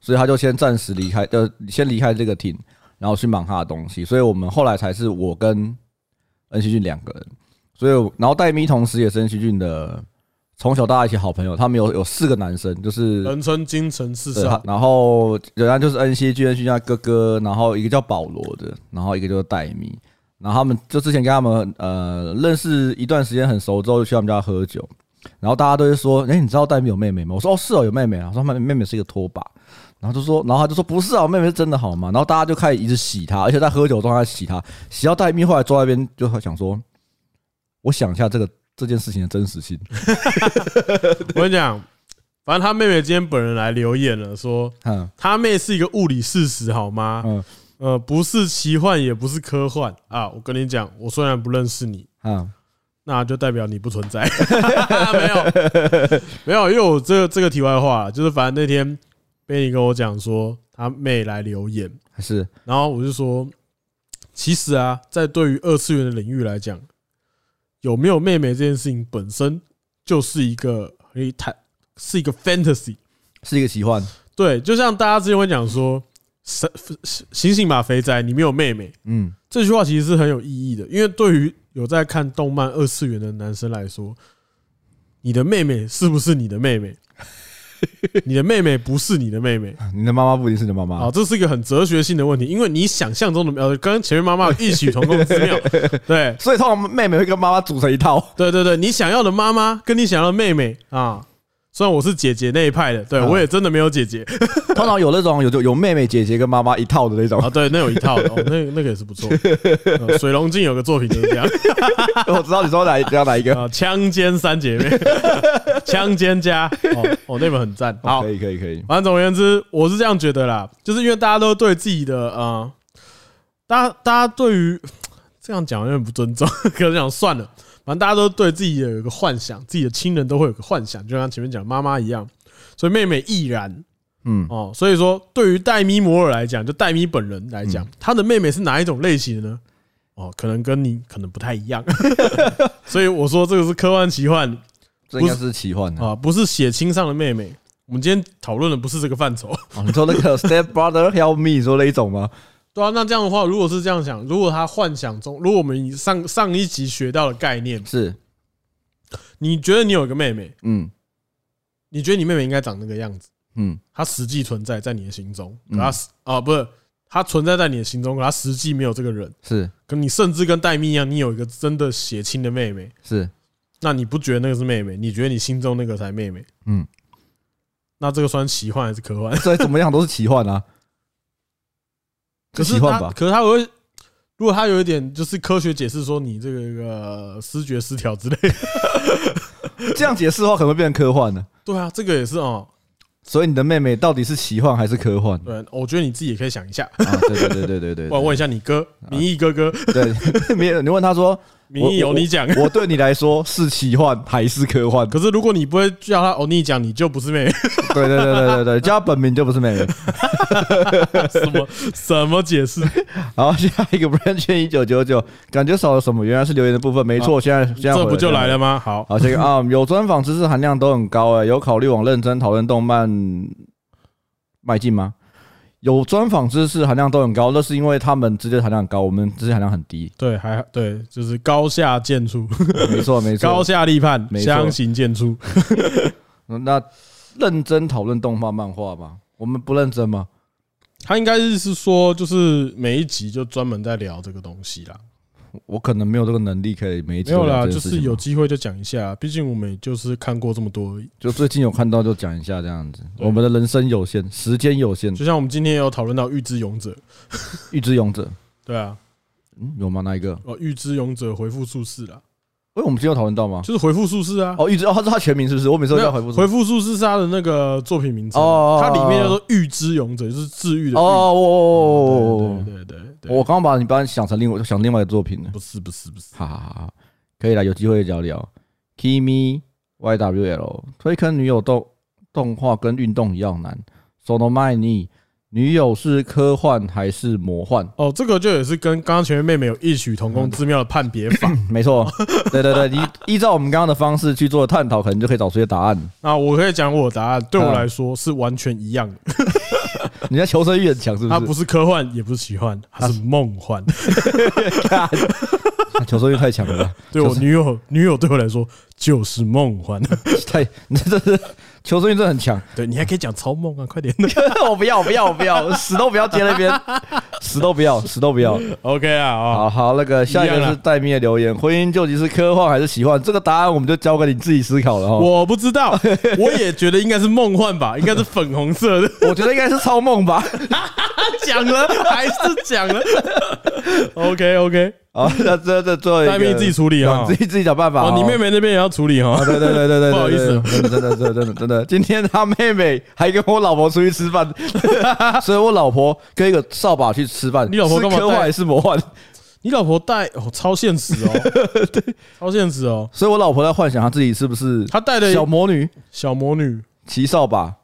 Speaker 1: 所以他就先暂时离开，呃，先离开这个 team，然后去忙他的东西。所以我们后来才是我跟恩熙俊两个人。所以我，然后戴咪同时也是恩熙俊的从小到大一起好朋友，他们有有四个男生，就是
Speaker 2: 人称精神四
Speaker 1: 对，他
Speaker 2: 少，
Speaker 1: 然后人家就是恩熙俊、恩熙俊他哥哥，然后一个叫保罗的，然后一个就是戴米，然后他们就之前跟他们呃认识一段时间很熟之后，就去他们家喝酒，然后大家都会说，哎、你知道戴米有妹妹吗？我说哦是哦有妹妹啊，我说妹妹妹是一个拖把，然后就说，然后他就说不是啊，我妹妹是真的好吗？然后大家就开始一直洗他，而且在喝酒状态洗他，洗到戴米后来坐在那边就想说，我想一下这个这件事情的真实性，
Speaker 2: 我跟你讲，反正他妹妹今天本人来留言了，说
Speaker 1: 嗯
Speaker 2: 他妹是一个物理事实，好吗？
Speaker 1: 嗯
Speaker 2: 呃，不是奇幻，也不是科幻啊。我跟你讲，我虽然不认识你，
Speaker 1: 嗯，
Speaker 2: 那就代表你不存在。 <laughs> 没有， <laughs> 没有，因为我这个这个题外话，就是反正那天贝尼跟我讲说他妹来留言，
Speaker 1: 还是
Speaker 2: 然后我就说，其实啊，在对于二次元的领域来讲，有没有妹妹这件事情本身就是一个一谈是一个 fantasy。
Speaker 1: 是一个奇幻，
Speaker 2: 对，就像大家之前会讲说，神醒醒吧，肥仔，你没有妹妹。
Speaker 1: 嗯。
Speaker 2: 这句话其实是很有意义的，因为对于有在看动漫二次元的男生来说，你的妹妹是不是你的妹妹？你的妹妹不是你的妹妹
Speaker 1: 你的妈妈不一定是你的妈妈
Speaker 2: 啊，，这是一个很哲学性的问题，因为你想象中的呃，跟前面妈妈有异曲同工之妙，对
Speaker 1: 所以通常妹妹会跟妈妈组成一套。
Speaker 2: 对对对，你想要的妈妈跟你想要的妹妹啊，虽然我是姐姐那一派的，对
Speaker 1: 啊
Speaker 2: 我也真的没有姐姐
Speaker 1: 通常有那种有有有妹妹、姐姐跟妈妈一套的那种
Speaker 2: 啊，，对，那有一套的，哦、那那个也是不错，呃水龙镜有个作品就是这样，
Speaker 1: <laughs> 我知道你说哪一要哪一 <laughs> 个。
Speaker 2: 啊，枪尖三姐妹， <laughs> 枪尖家，哦，哦，那本很赞。好
Speaker 1: 可，以可以可以，
Speaker 2: 反正总而言之，我是这样觉得啦，就是因为大家都对自己的呃，大家大家对于这样讲有点不尊重，可能想算了，反正大家都对自己的有一个幻想，自己的亲人都会有个幻想，就像前面讲妈妈一样，所以妹妹亦然
Speaker 1: 嗯，
Speaker 2: 哦。所以说，对于戴咪摩尔来讲，就戴咪本人来讲，她的妹妹是哪一种类型的呢？哦，可能跟你可能不太一样， <laughs> 所以我说这个是科幻奇幻，
Speaker 1: 这应该是奇幻的。
Speaker 2: 啊，不是血亲上的妹妹。我们今天讨论的不是这个范畴。 <laughs>
Speaker 1: 哦你说那个 Step Brother Help Me 说那一种吗？
Speaker 2: 对啊，那这样的话，如果是这样想，如果他幻想中，如果我们以上上一集学到的概念，
Speaker 1: 是，
Speaker 2: 你觉得你有一个妹妹，
Speaker 1: 嗯
Speaker 2: 你觉得你妹妹应该长那个样子，
Speaker 1: 嗯，
Speaker 2: 她实际存在在你的心中，可
Speaker 1: 嗯
Speaker 2: 她实啊不是，她存在在你的心中，可她实际没有这个人，
Speaker 1: 是
Speaker 2: 可你甚至跟戴咪一样，你有一个真的血亲的妹妹，
Speaker 1: 是，
Speaker 2: 那你不觉得那个是妹妹，你觉得你心中那个才妹妹，
Speaker 1: 嗯，
Speaker 2: 那这个算奇幻还是科幻？ <laughs>
Speaker 1: 所以怎么样都是奇幻啊。
Speaker 2: 可
Speaker 1: 是
Speaker 2: 是
Speaker 1: 奇幻
Speaker 2: 他，
Speaker 1: 吧？
Speaker 2: 可是他会，如果他有一点就是科学解释说你这个呃视觉失调之类的， <laughs>
Speaker 1: 这样解释的话，可能会变成科幻呢。
Speaker 2: 对啊，这个也是哦。
Speaker 1: 所以你的妹妹到底是奇幻还是科幻？
Speaker 2: 对，啊我觉得你自己也可以想一下，
Speaker 1: <laughs> 啊，对对对对对对
Speaker 2: 我问一下你哥，明义哥哥，
Speaker 1: 对对，没有你问他说，
Speaker 2: 明义有你讲。
Speaker 1: 我对你来说是奇幻还是科幻？
Speaker 2: <laughs> 可是如果你不会叫他欧尼讲，你就不是妹妹， <laughs>
Speaker 1: <laughs> 对对对对对对，叫她本名就不是妹妹。
Speaker 2: 什么什么解释？
Speaker 1: 好，下一个 Branch 一九九九，感觉少了什么？原来是留言的部分，没错。现在现在
Speaker 2: 哦这不就来
Speaker 1: 了？
Speaker 2: 了吗？好，
Speaker 1: 好，这个啊，有专访知识含量都很高哎、有考虑往认真讨论动漫迈进吗？有专访知识含量都很高，那是因为他们直接含量很高，我们直接含量很低。
Speaker 2: 对，还对，就是高下见出，
Speaker 1: 没错没
Speaker 2: <laughs> 高
Speaker 1: 错。
Speaker 2: 下立判，
Speaker 1: 没错
Speaker 2: 相形见绌。
Speaker 1: 那认真讨论动画漫画吗？我们不认真吗？
Speaker 2: 他应该是说，就是每一集就专门在聊这个东西啦。
Speaker 1: 我可能没有这个能力，可以每一集
Speaker 2: 没有
Speaker 1: 都聊
Speaker 2: 啦，
Speaker 1: 这
Speaker 2: 就
Speaker 1: 件事
Speaker 2: 是
Speaker 1: 情
Speaker 2: 有
Speaker 1: 吧
Speaker 2: 机会就讲一下，毕竟我们也就是看过这么多而已。
Speaker 1: 就最近有看到就讲一下这样子。
Speaker 2: 对
Speaker 1: 我们的人生有限，时间有限，
Speaker 2: 就像我们今天也有讨论到《预知勇者》，
Speaker 1: 预知勇者，
Speaker 2: 对啊，
Speaker 1: 嗯，有吗？哪一个？
Speaker 2: 哦，《预知勇者》回复术士啦，
Speaker 1: 哎，我们今天有讨论到吗？
Speaker 2: 就是回复术士啊。
Speaker 1: 哦，预知哦，他是他全名是不是？我每次
Speaker 2: 没
Speaker 1: 都
Speaker 2: 有
Speaker 1: 叫回复。
Speaker 2: 回复术士是他的那个作品名字，啊
Speaker 1: 哦哦哦
Speaker 2: 它里面叫做《预知勇者》，就是治愈的
Speaker 1: 哦，
Speaker 2: 愈。
Speaker 1: 哦哦哦
Speaker 2: 对对对对
Speaker 1: 哦，
Speaker 2: 对，
Speaker 1: 我刚刚把你把你想成另外想另外一个作品了。
Speaker 2: 不是不是不是，
Speaker 1: 哈哈哈哈，可以啦，有机会聊聊。Kimi YWL 推坑女友动动画跟运动一样难。Sono m i n e 女友是科幻还是魔幻？
Speaker 2: 哦，这个就也是跟刚刚前面妹妹有异曲同
Speaker 1: 嗯
Speaker 2: 工之妙的判别法。
Speaker 1: 没错，对对对，你依照我们刚刚的方式去做探讨，可能就可以找出一些答案。
Speaker 2: 那我可以讲我的答案，对我
Speaker 1: 嗯
Speaker 2: 来说是完全一样的。
Speaker 1: 你的求生欲很强，是
Speaker 2: 它
Speaker 1: 啊不
Speaker 2: 不
Speaker 1: 是？
Speaker 2: 是科幻，也不是奇幻，它是梦幻。 <laughs>
Speaker 1: 干求生欲太强 <laughs> 了吧，
Speaker 2: 对我
Speaker 1: 就是
Speaker 2: 女友，女友对我来说就是梦 <laughs> 幻。
Speaker 1: 太，你这是求生欲真的很强。
Speaker 2: 对你还可以讲超梦啊，快点。
Speaker 1: 我不要，我不要，我不要，死都不要接那边， <laughs> 死都不要，死都不要。
Speaker 2: <laughs> OK 啊，啊，
Speaker 1: 好好，那个下一
Speaker 2: 一
Speaker 1: 个
Speaker 2: 样
Speaker 1: 是
Speaker 2: 啊
Speaker 1: 待灭留言，婚姻究竟是科幻还是奇幻？这个答案我们就交给你自己思考了哈。我
Speaker 2: <laughs> 我不知道，我也觉得应该是梦幻吧，应该是粉红色 <laughs> 的。
Speaker 1: 我觉得应该是超梦吧。
Speaker 2: 讲了还是讲了。OK OK，
Speaker 1: <laughs> 好，那这这最后一个
Speaker 2: 待命自己处理哈
Speaker 1: 自己自己想办法哦。
Speaker 2: 哦，你妹妹那边也要处理哈
Speaker 1: 啊，。对对对对对，
Speaker 2: 不好意思
Speaker 1: 对，对对真的真的真的真的，今天他妹妹还跟我老婆出去吃
Speaker 2: <laughs>
Speaker 1: 饭，所以我老婆跟一个扫把去吃饭。
Speaker 2: 你老婆
Speaker 1: 是
Speaker 2: 干嘛
Speaker 1: 科幻还是魔幻？
Speaker 2: 你老婆带哦，超现实哦， <laughs> 对，超现实哦。
Speaker 1: 所以我老婆在幻想她自己是不是
Speaker 2: 她带的
Speaker 1: 小魔女
Speaker 2: 小魔女，
Speaker 1: 骑扫把，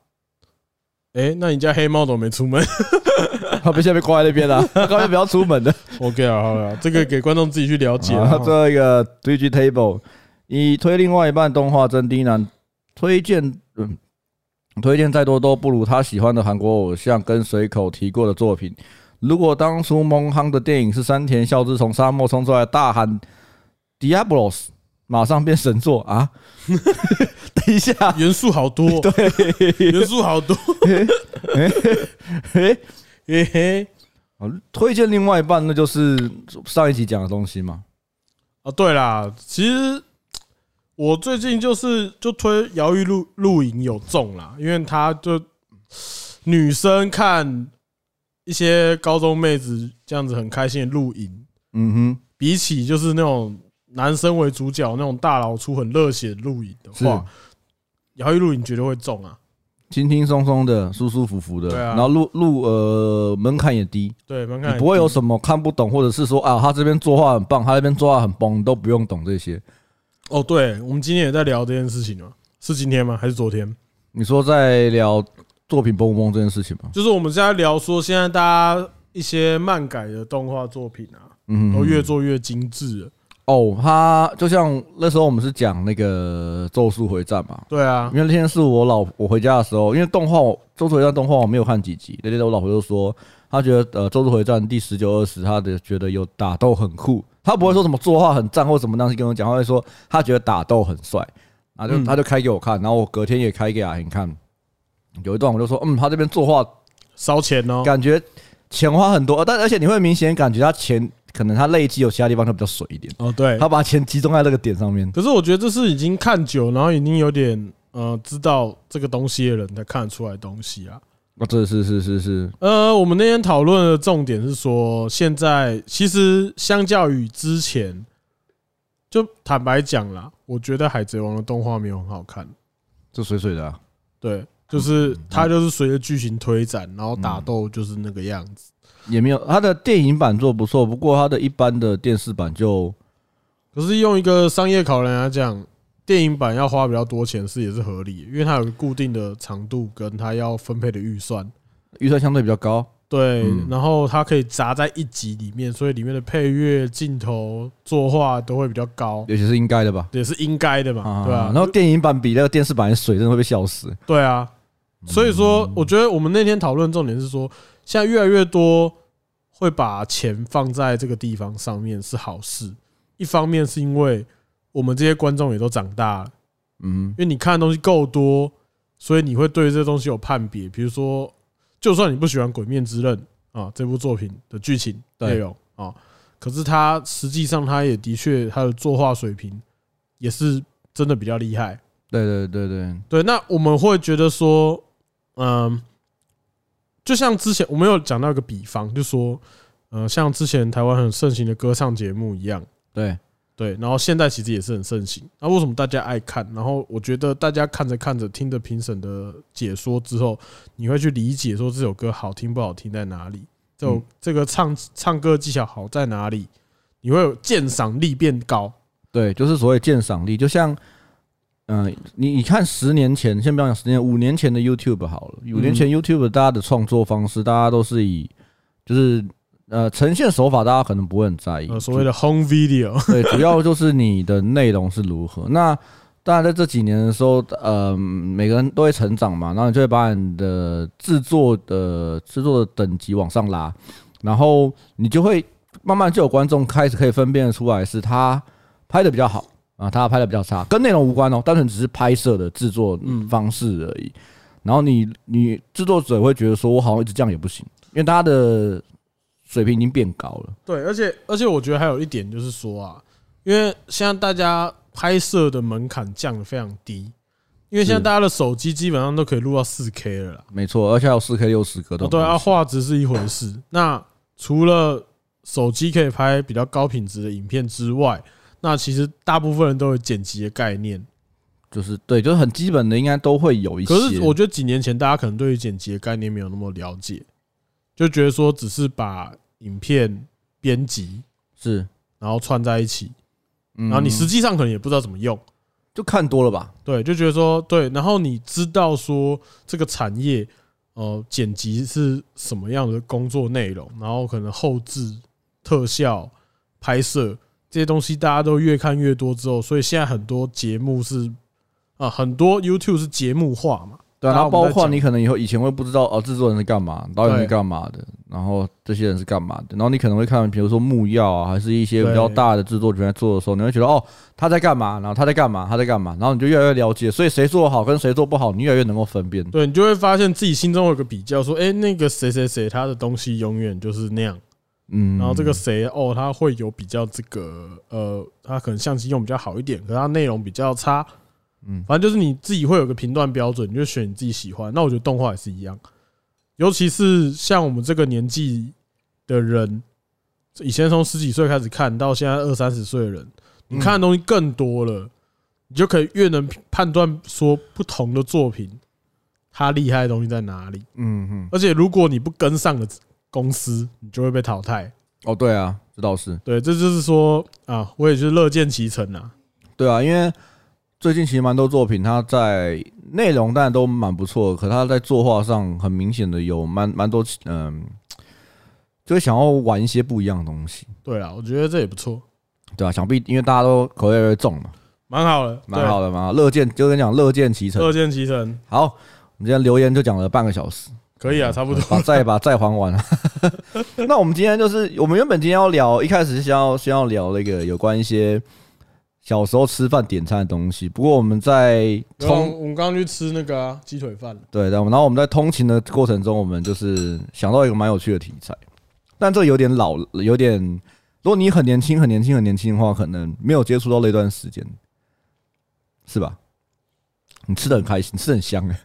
Speaker 2: 哎，那你家黑猫怎么没出门
Speaker 1: 她被现在被关在那边了，她根本不要出门的。
Speaker 2: <laughs> ？OK 啊，好了，这个给观众自己去了解
Speaker 1: 好
Speaker 2: 啊。
Speaker 1: 最后一个推剧 table，以推另外一半动画真低男推荐，嗯，推荐再多都不如他喜欢的韩国偶像跟随口提过的作品。如果当初蒙夯的电影是山田孝之从沙漠冲出来大喊 “Diablos”，马上变神作啊！等一下，
Speaker 2: <laughs> 元素好
Speaker 1: <laughs>
Speaker 2: 多，对，元素好多。 <laughs>
Speaker 1: 诶、
Speaker 2: 嘿嘿，
Speaker 1: 好推荐另外一半，那就是上一集讲的东西嘛。
Speaker 2: 哦，对啦，其实我最近就是就推摇曳露露营有中啦，因为他就女生看一些高中妹子这样子很开心的露营，
Speaker 1: 嗯
Speaker 2: 比起就是那种男生为主角那种大老粗很热血的露营的
Speaker 1: 哼，是
Speaker 2: 话，摇曳露营绝对会中啊。
Speaker 1: 轻轻松松的、舒舒服服的，
Speaker 2: 对啊
Speaker 1: 然后入入呃门槛也低，
Speaker 2: 对，蛮看
Speaker 1: 你不会有什么看不懂，或者是说啊，他这边作画很棒，他那边作画很崩，你都不用懂这些。
Speaker 2: 哦，对，我们今天也在聊这件事情嘛，是今天吗？还是昨天？
Speaker 1: 你说在聊作品崩不崩这件事情吗？
Speaker 2: 就是我们现在聊说，现在大家一些漫改的动画作品啊，
Speaker 1: 嗯
Speaker 2: 都越做越精致了。
Speaker 1: 哦，他就像那时候我们是讲那个《咒术回战》嘛，
Speaker 2: 对啊
Speaker 1: 因，为那天是我老我回家的时候，因为动画我《咒术回战》动画我没有看几集，那天我老婆就说她觉得呃《咒术回战》第十九、二十，她的觉得有打斗很酷，她不会说什么作画很赞或什么东西跟我讲，她会说她觉得打斗很帅，然后就
Speaker 2: 嗯
Speaker 1: 她就开给我看，然后我隔天也开给雅婷看，有一段我就说嗯，她这边作画
Speaker 2: 烧钱哦。
Speaker 1: 感觉钱花很多，但而且你会明显感觉她钱可能她累积有其他地方就比较水一点，
Speaker 2: 哦，对
Speaker 1: 她。把钱集中在那个点上面，
Speaker 2: 可是我觉得这是已经看久，然后已经有点呃知道这个东西的人才看得出来东西啊。
Speaker 1: 哦，这是是是是，
Speaker 2: 呃，我们那天讨论的重点是说，现在其实相较于之前，就坦白讲啦，我觉得《海贼王》的动画没有很好看。
Speaker 1: 这水水的、啊。
Speaker 2: 对，就是它就是随着剧情推展，然后打斗就是那个样子。
Speaker 1: 也没有，他的电影版做不错，不过他的一般的电视版就
Speaker 2: 可是用一个商业考量来讲，电影版要花比较多钱是也是合理的，因为它有个固定的长度跟它要分配的预算。
Speaker 1: 预算相对比较高。
Speaker 2: 对
Speaker 1: 嗯，
Speaker 2: 然后它可以砸在一集里面，所以里面的配乐、镜头、作画都会比较高，
Speaker 1: 也是应该的吧？啊
Speaker 2: 也是应该的嘛，对啊吧
Speaker 1: 然？后电影版比那个电视版的水真的会被笑死。
Speaker 2: 对啊，所以说，我觉得我们那天讨论重点是说，现在越来越多会把钱放在这个地方上面是好事。一方面是因为我们这些观众也都长大了，
Speaker 1: 嗯
Speaker 2: 因为你看的东西够多，所以你会对这东西有判别。比如说，就算你不喜欢《鬼面之刃》啊这部作品的剧情
Speaker 1: 对
Speaker 2: 内容啊，可是它实际上它也的确它的作画水平也是真的比较厉害。
Speaker 1: 对对对对，
Speaker 2: 对，那我们会觉得说，嗯，就像之前我们有讲到一个比方，就说，呃，像之前台湾很盛行的歌唱节目一样，
Speaker 1: 对，
Speaker 2: 对，然后现在其实也是很盛行。那为什么大家爱看？然后我觉得大家看着看着，听着评审的解说之后，你会去理解说这首歌好听不好听在哪里，这首
Speaker 1: 嗯
Speaker 2: 这个唱唱歌技巧好在哪里，你会有鉴赏力变高。
Speaker 1: 对，就是所谓鉴赏力，就像，嗯、你你看十年前，先不要讲十年，五年前的 YouTube 好了，五年前
Speaker 2: 嗯
Speaker 1: YouTube 大家的创作方式，大家都是以就是呃呈现手法，大家可能不会很在意，
Speaker 2: 呃，所谓的 home video， <laughs>
Speaker 1: 对，主要就是你的内容是如何。那当然，在这几年的时候，呃，每个人都会成长嘛，然后你就会把你的制作的制作的等级往上拉，然后你就会慢慢就有观众开始可以分辨得出来，是他拍的比较好啊，他拍的比较差，跟内容无关哦，单纯只是拍摄的制作
Speaker 2: 嗯
Speaker 1: 方式而已。然后你你制作者会觉得说，我好像一直这样也不行，因为他的水平已经变高了。
Speaker 2: 对，而且而且我觉得还有一点就是说啊，因为现在大家拍摄的门槛降得非常低，因为现在
Speaker 1: 是
Speaker 2: 大家的手机基本上都可以录到四 K 了啦。
Speaker 1: 没错，而且还有四 K 六十格的、
Speaker 2: 哦，对啊，画质是一回
Speaker 1: <laughs>
Speaker 2: 事。那除了手机可以拍比较高品质的影片之外，那其实大部分人都有剪辑的概念。
Speaker 1: 就是对，就是很基本的，应该都会有一些。
Speaker 2: 可是我觉得几年前大家可能对于剪辑的概念没有那么了解，就觉得说只是把影片编辑
Speaker 1: 是，
Speaker 2: 然后串在一起，
Speaker 1: 嗯
Speaker 2: 啊然后你实际上可能也不知道怎么用。
Speaker 1: 就看多了吧？
Speaker 2: 对，就觉得说对，然后你知道说这个产业，呃，剪辑是什么样的工作内容，然后可能后置、特效、拍摄这些东西，大家都越看越多之后，所以现在很多节目是啊、很多 YouTube 是节目化嘛，
Speaker 1: 对啊、
Speaker 2: 然
Speaker 1: 然
Speaker 2: 后
Speaker 1: 后
Speaker 2: 我
Speaker 1: 包
Speaker 2: 们在
Speaker 1: 括
Speaker 2: 讲
Speaker 1: 你可能以后以前会不知道哦，制作人是干嘛，导演
Speaker 2: 对
Speaker 1: 是干嘛的，然后这些人是干嘛的，然后你可能会看，比如说木曜啊，还是一些比较
Speaker 2: 对
Speaker 1: 大的制作人在做的时候，你会觉得哦，他在干嘛，然后他在干嘛，他在干嘛，然后你就越来越了解，所以谁做得好跟谁做不好，你越来越能够分辨。
Speaker 2: 对你就会发现自己心中有个比较，说，哎，那个谁谁谁他的东西永远就是那样。
Speaker 1: 嗯，
Speaker 2: 然后这个谁哦，他会有比较这个呃，他可能相机用比较好一点，可是他内容比较差。嗯
Speaker 1: 嗯，
Speaker 2: 反正就是你自己会有个评断标准，你就选你自己喜欢。那我觉得动画也是一样，尤其是像我们这个年纪的人，以前从十几岁开始看到现在二三十岁的人，你
Speaker 1: 嗯
Speaker 2: 看的东西更多了，你就可以越能判断说不同的作品它厉害的东西在哪里。
Speaker 1: 嗯嗯，
Speaker 2: 而且如果你不跟上的公司，你就会被淘汰。
Speaker 1: 哦，对啊，这倒是。
Speaker 2: 对，这就是说啊，我也是乐见其成啊。
Speaker 1: 对啊，因为最近其实蛮多作品，它在内容当然都蛮不错，可它在作画上很明显的有蛮蛮多嗯，就会想要玩一些不一样的东西，
Speaker 2: 对啊，我觉得这也不错，
Speaker 1: 对啊，想必因为大家都口味越来越重嘛，
Speaker 2: 蛮好的，
Speaker 1: 蛮好的嘛，乐见就跟你讲乐见其
Speaker 2: 对，
Speaker 1: 成。
Speaker 2: 乐见其成，
Speaker 1: 好，我们今天留言就讲了半个小时，
Speaker 2: 可以啊，差不多。
Speaker 1: 把债把债还完了。 <laughs> 那我们今天就是我们原本今天要聊，一开始是先要先要聊那个有关一些小时候吃饭点餐的东西，不过我们在
Speaker 2: 然后
Speaker 1: 通
Speaker 2: 我们刚刚去吃那个啊鸡腿饭，
Speaker 1: 对，然后然后我们在通勤的过程中，我们就是想到一个蛮有趣的题材，但这有点老，有点如果你很年轻、很年轻、很年轻的话，可能没有接触到那段时间，是吧？你吃的很开心，吃得很香哎。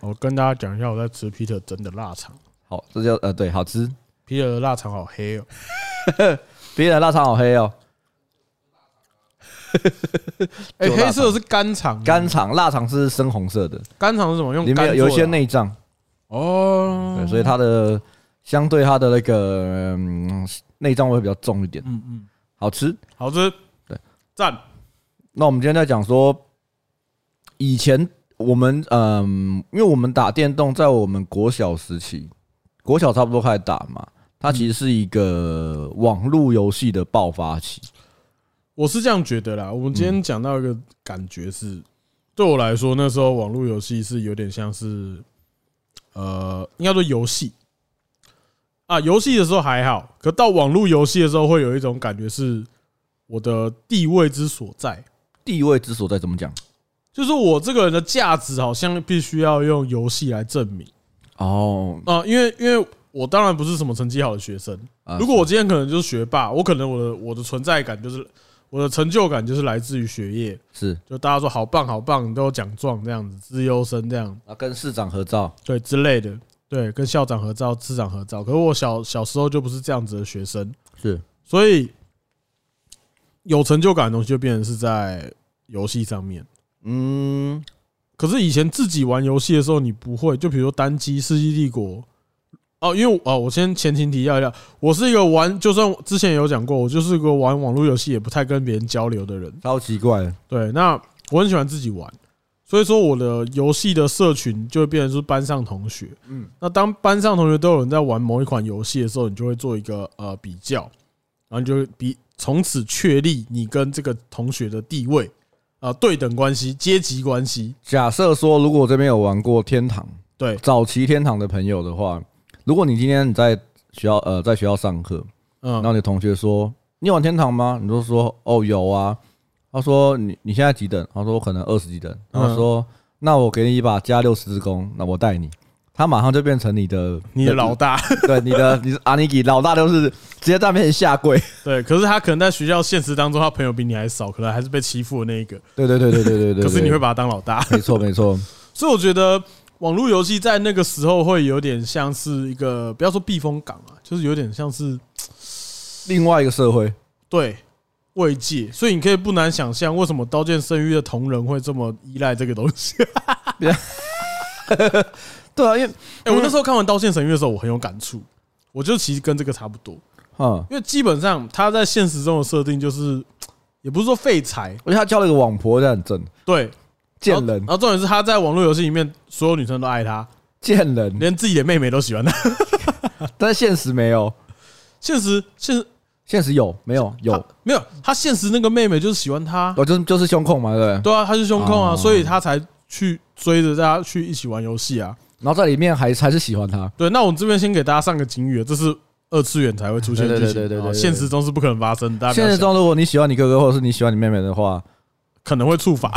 Speaker 2: 我跟大家讲一下，我在吃 Peter 真的腊肠
Speaker 1: <laughs> 好，这叫呃对，好吃。
Speaker 2: ，Peter 的腊肠好黑哦，
Speaker 1: 别人的腊肠好黑哦，
Speaker 2: 哎，
Speaker 1: 就腊肠
Speaker 2: 黑色的是干肠，
Speaker 1: 干肠腊肠是深红色的，
Speaker 2: 干肠是什么？用
Speaker 1: 里
Speaker 2: 干
Speaker 1: 面有一
Speaker 2: 做的
Speaker 1: 些
Speaker 2: 啊
Speaker 1: 内脏，
Speaker 2: 哦
Speaker 1: 对，，所以它的相对它的那个嗯内脏会比较重一点，
Speaker 2: 嗯嗯，
Speaker 1: 好吃。
Speaker 2: 好吃，
Speaker 1: 对，
Speaker 2: 赞，
Speaker 1: 那我们今天在讲说，以前我们嗯，因为我们打电动，在我们国小时期，国小差不多开始打嘛，它其实是一个网络游戏的爆发期。
Speaker 2: 我是这样觉得啦。我们今天讲到一个感觉是，对我来说，那时候网络游戏是有点像是，呃，应该说游戏啊，游戏的时候还好，可到网络游戏的时候，会有一种感觉是我的地位之所在。
Speaker 1: 地位之所在怎么讲？
Speaker 2: 就是我这个人的价值好像必须要用游戏来证明
Speaker 1: 哦，
Speaker 2: 啊、因为因为我当然不是什么成绩好的学生，
Speaker 1: 啊
Speaker 2: 如果我今天可能就是学霸，我可能我的我的存在感就是我的成就感就是来自于学业，
Speaker 1: 是
Speaker 2: 就大家说好棒好棒，你都有奖状这样子，资优生这样
Speaker 1: 啊，跟市长合照，
Speaker 2: 对之类的，对，跟校长合照、市长合照。可是我小小时候就不是这样子的学生，
Speaker 1: 是
Speaker 2: 所以有成就感的东西就变成是在游戏上面。
Speaker 1: 嗯，
Speaker 2: 可是以前自己玩游戏的时候，你不会，就比如说单机《世纪帝国》哦，因为我哦，我先前情提要一下，我是一个玩，就算之前有讲过，我就是一个玩网络游戏也不太跟别人交流的人。
Speaker 1: 超奇怪的，
Speaker 2: 对，那我很喜欢自己玩，所以说我的游戏的社群就会变成是班上同学。
Speaker 1: 嗯，
Speaker 2: 那当班上同学都有人在玩某一款游戏的时候，你就会做一个呃比较，然后你就会比从此确立你跟这个同学的地位啊、呃对等关系、阶级关系。
Speaker 1: 假设说，如果我这边有玩过天堂，
Speaker 2: 对
Speaker 1: 早期天堂的朋友的话，如果你今天你在学校呃在学校上课，
Speaker 2: 嗯
Speaker 1: 然后，你同学说你有玩天堂吗？你就说哦有啊。他说你你现在几等？他说我可能二十几等。然
Speaker 2: 嗯
Speaker 1: 后说那我给你一把加六十之弓，那我带你。他马上就变成你的
Speaker 2: 你的老大
Speaker 1: 对你的你是阿尼基老大，就是直接在面前下跪。
Speaker 2: <laughs>
Speaker 1: <laughs>
Speaker 2: 对，可是他可能在学校现实当中，他朋友比你还少，可能还是被欺负的那一个，
Speaker 1: 对对对对对对对。
Speaker 2: 可是你会
Speaker 1: 对
Speaker 2: 把他当老大。
Speaker 1: <laughs> 没错没错，
Speaker 2: 所以我觉得网络游戏在那个时候会有点像是一个，不要说避风港啊，就是有点像是
Speaker 1: 另外一个社会
Speaker 2: 对慰藉。所以你可以不难想象，为什么《刀剑神域》的同人会这么依赖这个东 <laughs> 西。
Speaker 1: 对啊，因为
Speaker 2: 哎，我那时候看完《刀剑神域》的时候，我很有感触。我就其实跟这个差不多，
Speaker 1: 嗯，
Speaker 2: 因为基本上他在现实中的设定就是，也不是说废柴，
Speaker 1: 而且他交了一个网婆，这很正，
Speaker 2: 对，
Speaker 1: 贱
Speaker 2: 然后
Speaker 1: 人
Speaker 2: 然后重点是他在网络游戏里面，所有女生都爱他，
Speaker 1: 贱人，
Speaker 2: 连自己的妹妹都喜欢他。
Speaker 1: 但是现实没有，
Speaker 2: 现实现实
Speaker 1: 现实有没有有
Speaker 2: 他，没有？他现实那个妹妹就是喜欢他，
Speaker 1: 我就是就是胸控嘛，对不对？
Speaker 2: 对啊，他是胸控啊，
Speaker 1: 哦
Speaker 2: 所以他才去追着大家去一起玩游戏啊。
Speaker 1: 然后在里面还还是喜欢他，
Speaker 2: 对，那我们这边先给大家上个警语，这是二次元才会出现的剧
Speaker 1: 对对对对对
Speaker 2: 情，
Speaker 1: 对
Speaker 2: 啊
Speaker 1: 对
Speaker 2: 现实中是不可能发生的。大家不要
Speaker 1: 现实
Speaker 2: 想
Speaker 1: 中，如果你喜欢你哥哥或者是你喜欢你妹妹的
Speaker 2: <laughs>
Speaker 1: 话，
Speaker 2: 可能会触法，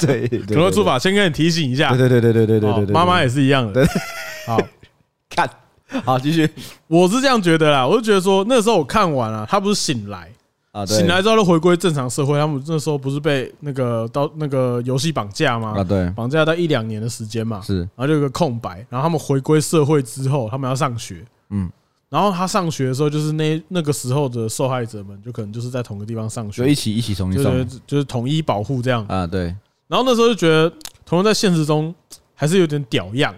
Speaker 1: 对，对
Speaker 2: 可能会触，法，先跟你提醒一下。
Speaker 1: 对对对对对对对
Speaker 2: 啊
Speaker 1: 对对，
Speaker 2: 妈妈也是一样的。好，
Speaker 1: 看。好，继
Speaker 2: <laughs>
Speaker 1: 续
Speaker 2: 我是这样觉得啦，我就觉得说那时候我看完了、他不是醒来，
Speaker 1: 啊，对
Speaker 2: 醒来之后就回归正常社会，他们那时候不是被那个到那个游戏绑架
Speaker 1: 啊，
Speaker 2: 吗？
Speaker 1: 对，
Speaker 2: 绑架到一两年的时间嘛，
Speaker 1: 是
Speaker 2: 然后就有个空白，然后他们回归社会之后，他们要上学，
Speaker 1: 嗯，
Speaker 2: 然后他上学的时候，就是那那个时候的受害者们，就可能就是在同个地方上
Speaker 1: 就
Speaker 2: 学
Speaker 1: 一，起一起重新
Speaker 2: 就
Speaker 1: 上
Speaker 2: 是就是统一保护这样。
Speaker 1: 啊，对
Speaker 2: 然后那时候就觉得，同样在现实中还是有点屌样，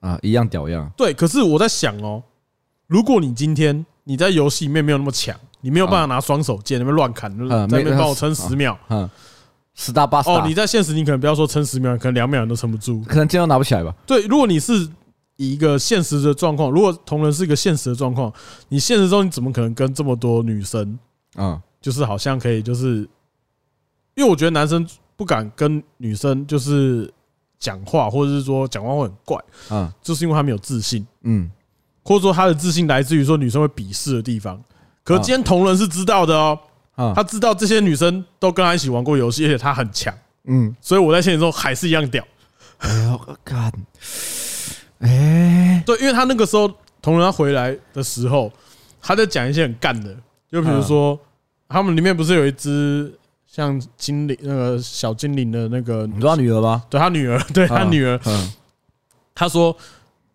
Speaker 1: 啊，一样屌样，
Speaker 2: 对。可是我在想哦，如果你今天你在游戏里面没有那么强，你没有办法拿双手剑那边乱砍，
Speaker 1: 啊
Speaker 2: 在那边帮我撑十秒。
Speaker 1: 嗯，十大八十
Speaker 2: 哦，
Speaker 1: 大
Speaker 2: 你，在现实你可能不要说撑十秒，可能两秒你都撑不住。
Speaker 1: 可能今天都拿不起来吧？
Speaker 2: 对，如果你是以一个现实的状况，如果同人是一个现实的状况，你现实中你怎么可能跟这么多女生，
Speaker 1: 嗯，
Speaker 2: 就是好像可以，就是因为我觉得男生不敢跟女生就是讲话，或者是说讲话会很怪，
Speaker 1: 嗯
Speaker 2: 就是因为他没有自信，
Speaker 1: 嗯，
Speaker 2: 或者说他的自信来自于说女生会鄙视的地方。可是今天同人是知道的哦，
Speaker 1: 啊，
Speaker 2: 他知道这些女生都跟他一起玩过游戏，而且他很强，
Speaker 1: 嗯，
Speaker 2: 所以我在现实中还是一样屌。
Speaker 1: 哎呦，干，哎，
Speaker 2: 对，因为他那个时候同仁他回来的时候，他在讲一些很干的，就比
Speaker 1: 嗯
Speaker 2: 如说、他们里面不是有一只像精灵那个小精灵的那个，
Speaker 1: 你说他女儿吗？
Speaker 2: <laughs> 对他女儿，对他
Speaker 1: 啊
Speaker 2: 女儿，
Speaker 1: 嗯，
Speaker 2: 他说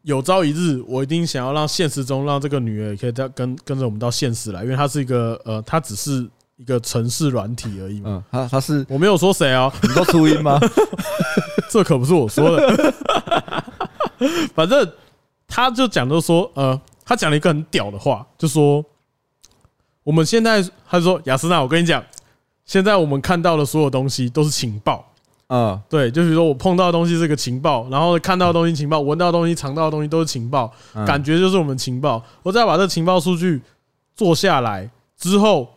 Speaker 2: 有朝一日我一定想要让现实中让这个女儿也可以到跟跟着我们到现实来，因为她是一个呃，她只是一个城市软体而已嘛。
Speaker 1: 嗯，他他是
Speaker 2: 我没有说谁哦，
Speaker 1: 你说初音
Speaker 2: <laughs>
Speaker 1: 吗？
Speaker 2: 这可不是我说的。 <laughs> 反正他就讲就说，呃，他讲了一个很屌的话，就说我们现在，他说雅斯娜，我跟你讲，现在我们看到的所有东西都是情报。
Speaker 1: 嗯，
Speaker 2: 对，就比如说我碰到的东西是个情报，然后看到的东西情报，闻到的东西、尝到的东西都是情报，
Speaker 1: 嗯
Speaker 2: 感觉就是我们情报。我再把这情报数据做下来之后，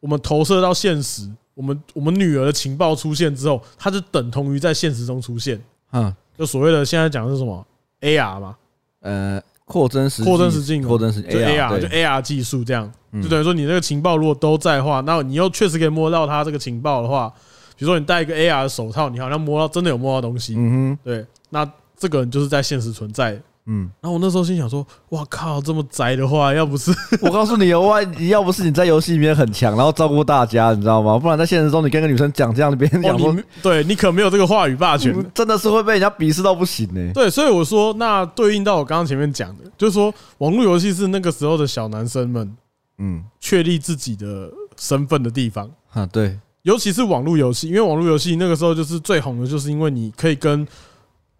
Speaker 2: 我们投射到现实，我们我们女儿的情报出现之后，它就等同于在现实中出现。
Speaker 1: 嗯
Speaker 2: 就所谓的现在讲的是什么 AR 嘛，
Speaker 1: 呃，扩增实
Speaker 2: 扩增实境哦
Speaker 1: 扩增实
Speaker 2: 就
Speaker 1: 境
Speaker 2: AR
Speaker 1: 对
Speaker 2: 就 AR 技术这样，
Speaker 1: 嗯
Speaker 2: 就等于说你这个情报如果都在的话，那你又确实可以摸到它这个情报的话，比如说你戴一个 AR 的手套，你好像摸到真的有摸到东西，
Speaker 1: 嗯哼，
Speaker 2: 对，那这个人就是在现实存在。
Speaker 1: 嗯，
Speaker 2: 然后我那时候心想说，哇靠，这么宅的话，要不
Speaker 1: <laughs>
Speaker 2: 是
Speaker 1: 我告诉你哦，万一要不是你在游戏里面很强，然后照顾大家，你知道吗？不然在现实中你跟个女生讲这样，别人
Speaker 2: 哦，
Speaker 1: 讲说嗯
Speaker 2: 你对你可没有这个话语霸权。
Speaker 1: 真的是会被人家鄙视到不行呢、
Speaker 2: 对，所以我说，那对应到我刚刚前面讲的，就是说，网络游戏是那个时候的小男生们
Speaker 1: 嗯，
Speaker 2: 确立自己的身份的地方，
Speaker 1: 啊，对，
Speaker 2: 尤其是网络游戏，因为网络游戏那个时候就是最红的，就是因为你可以跟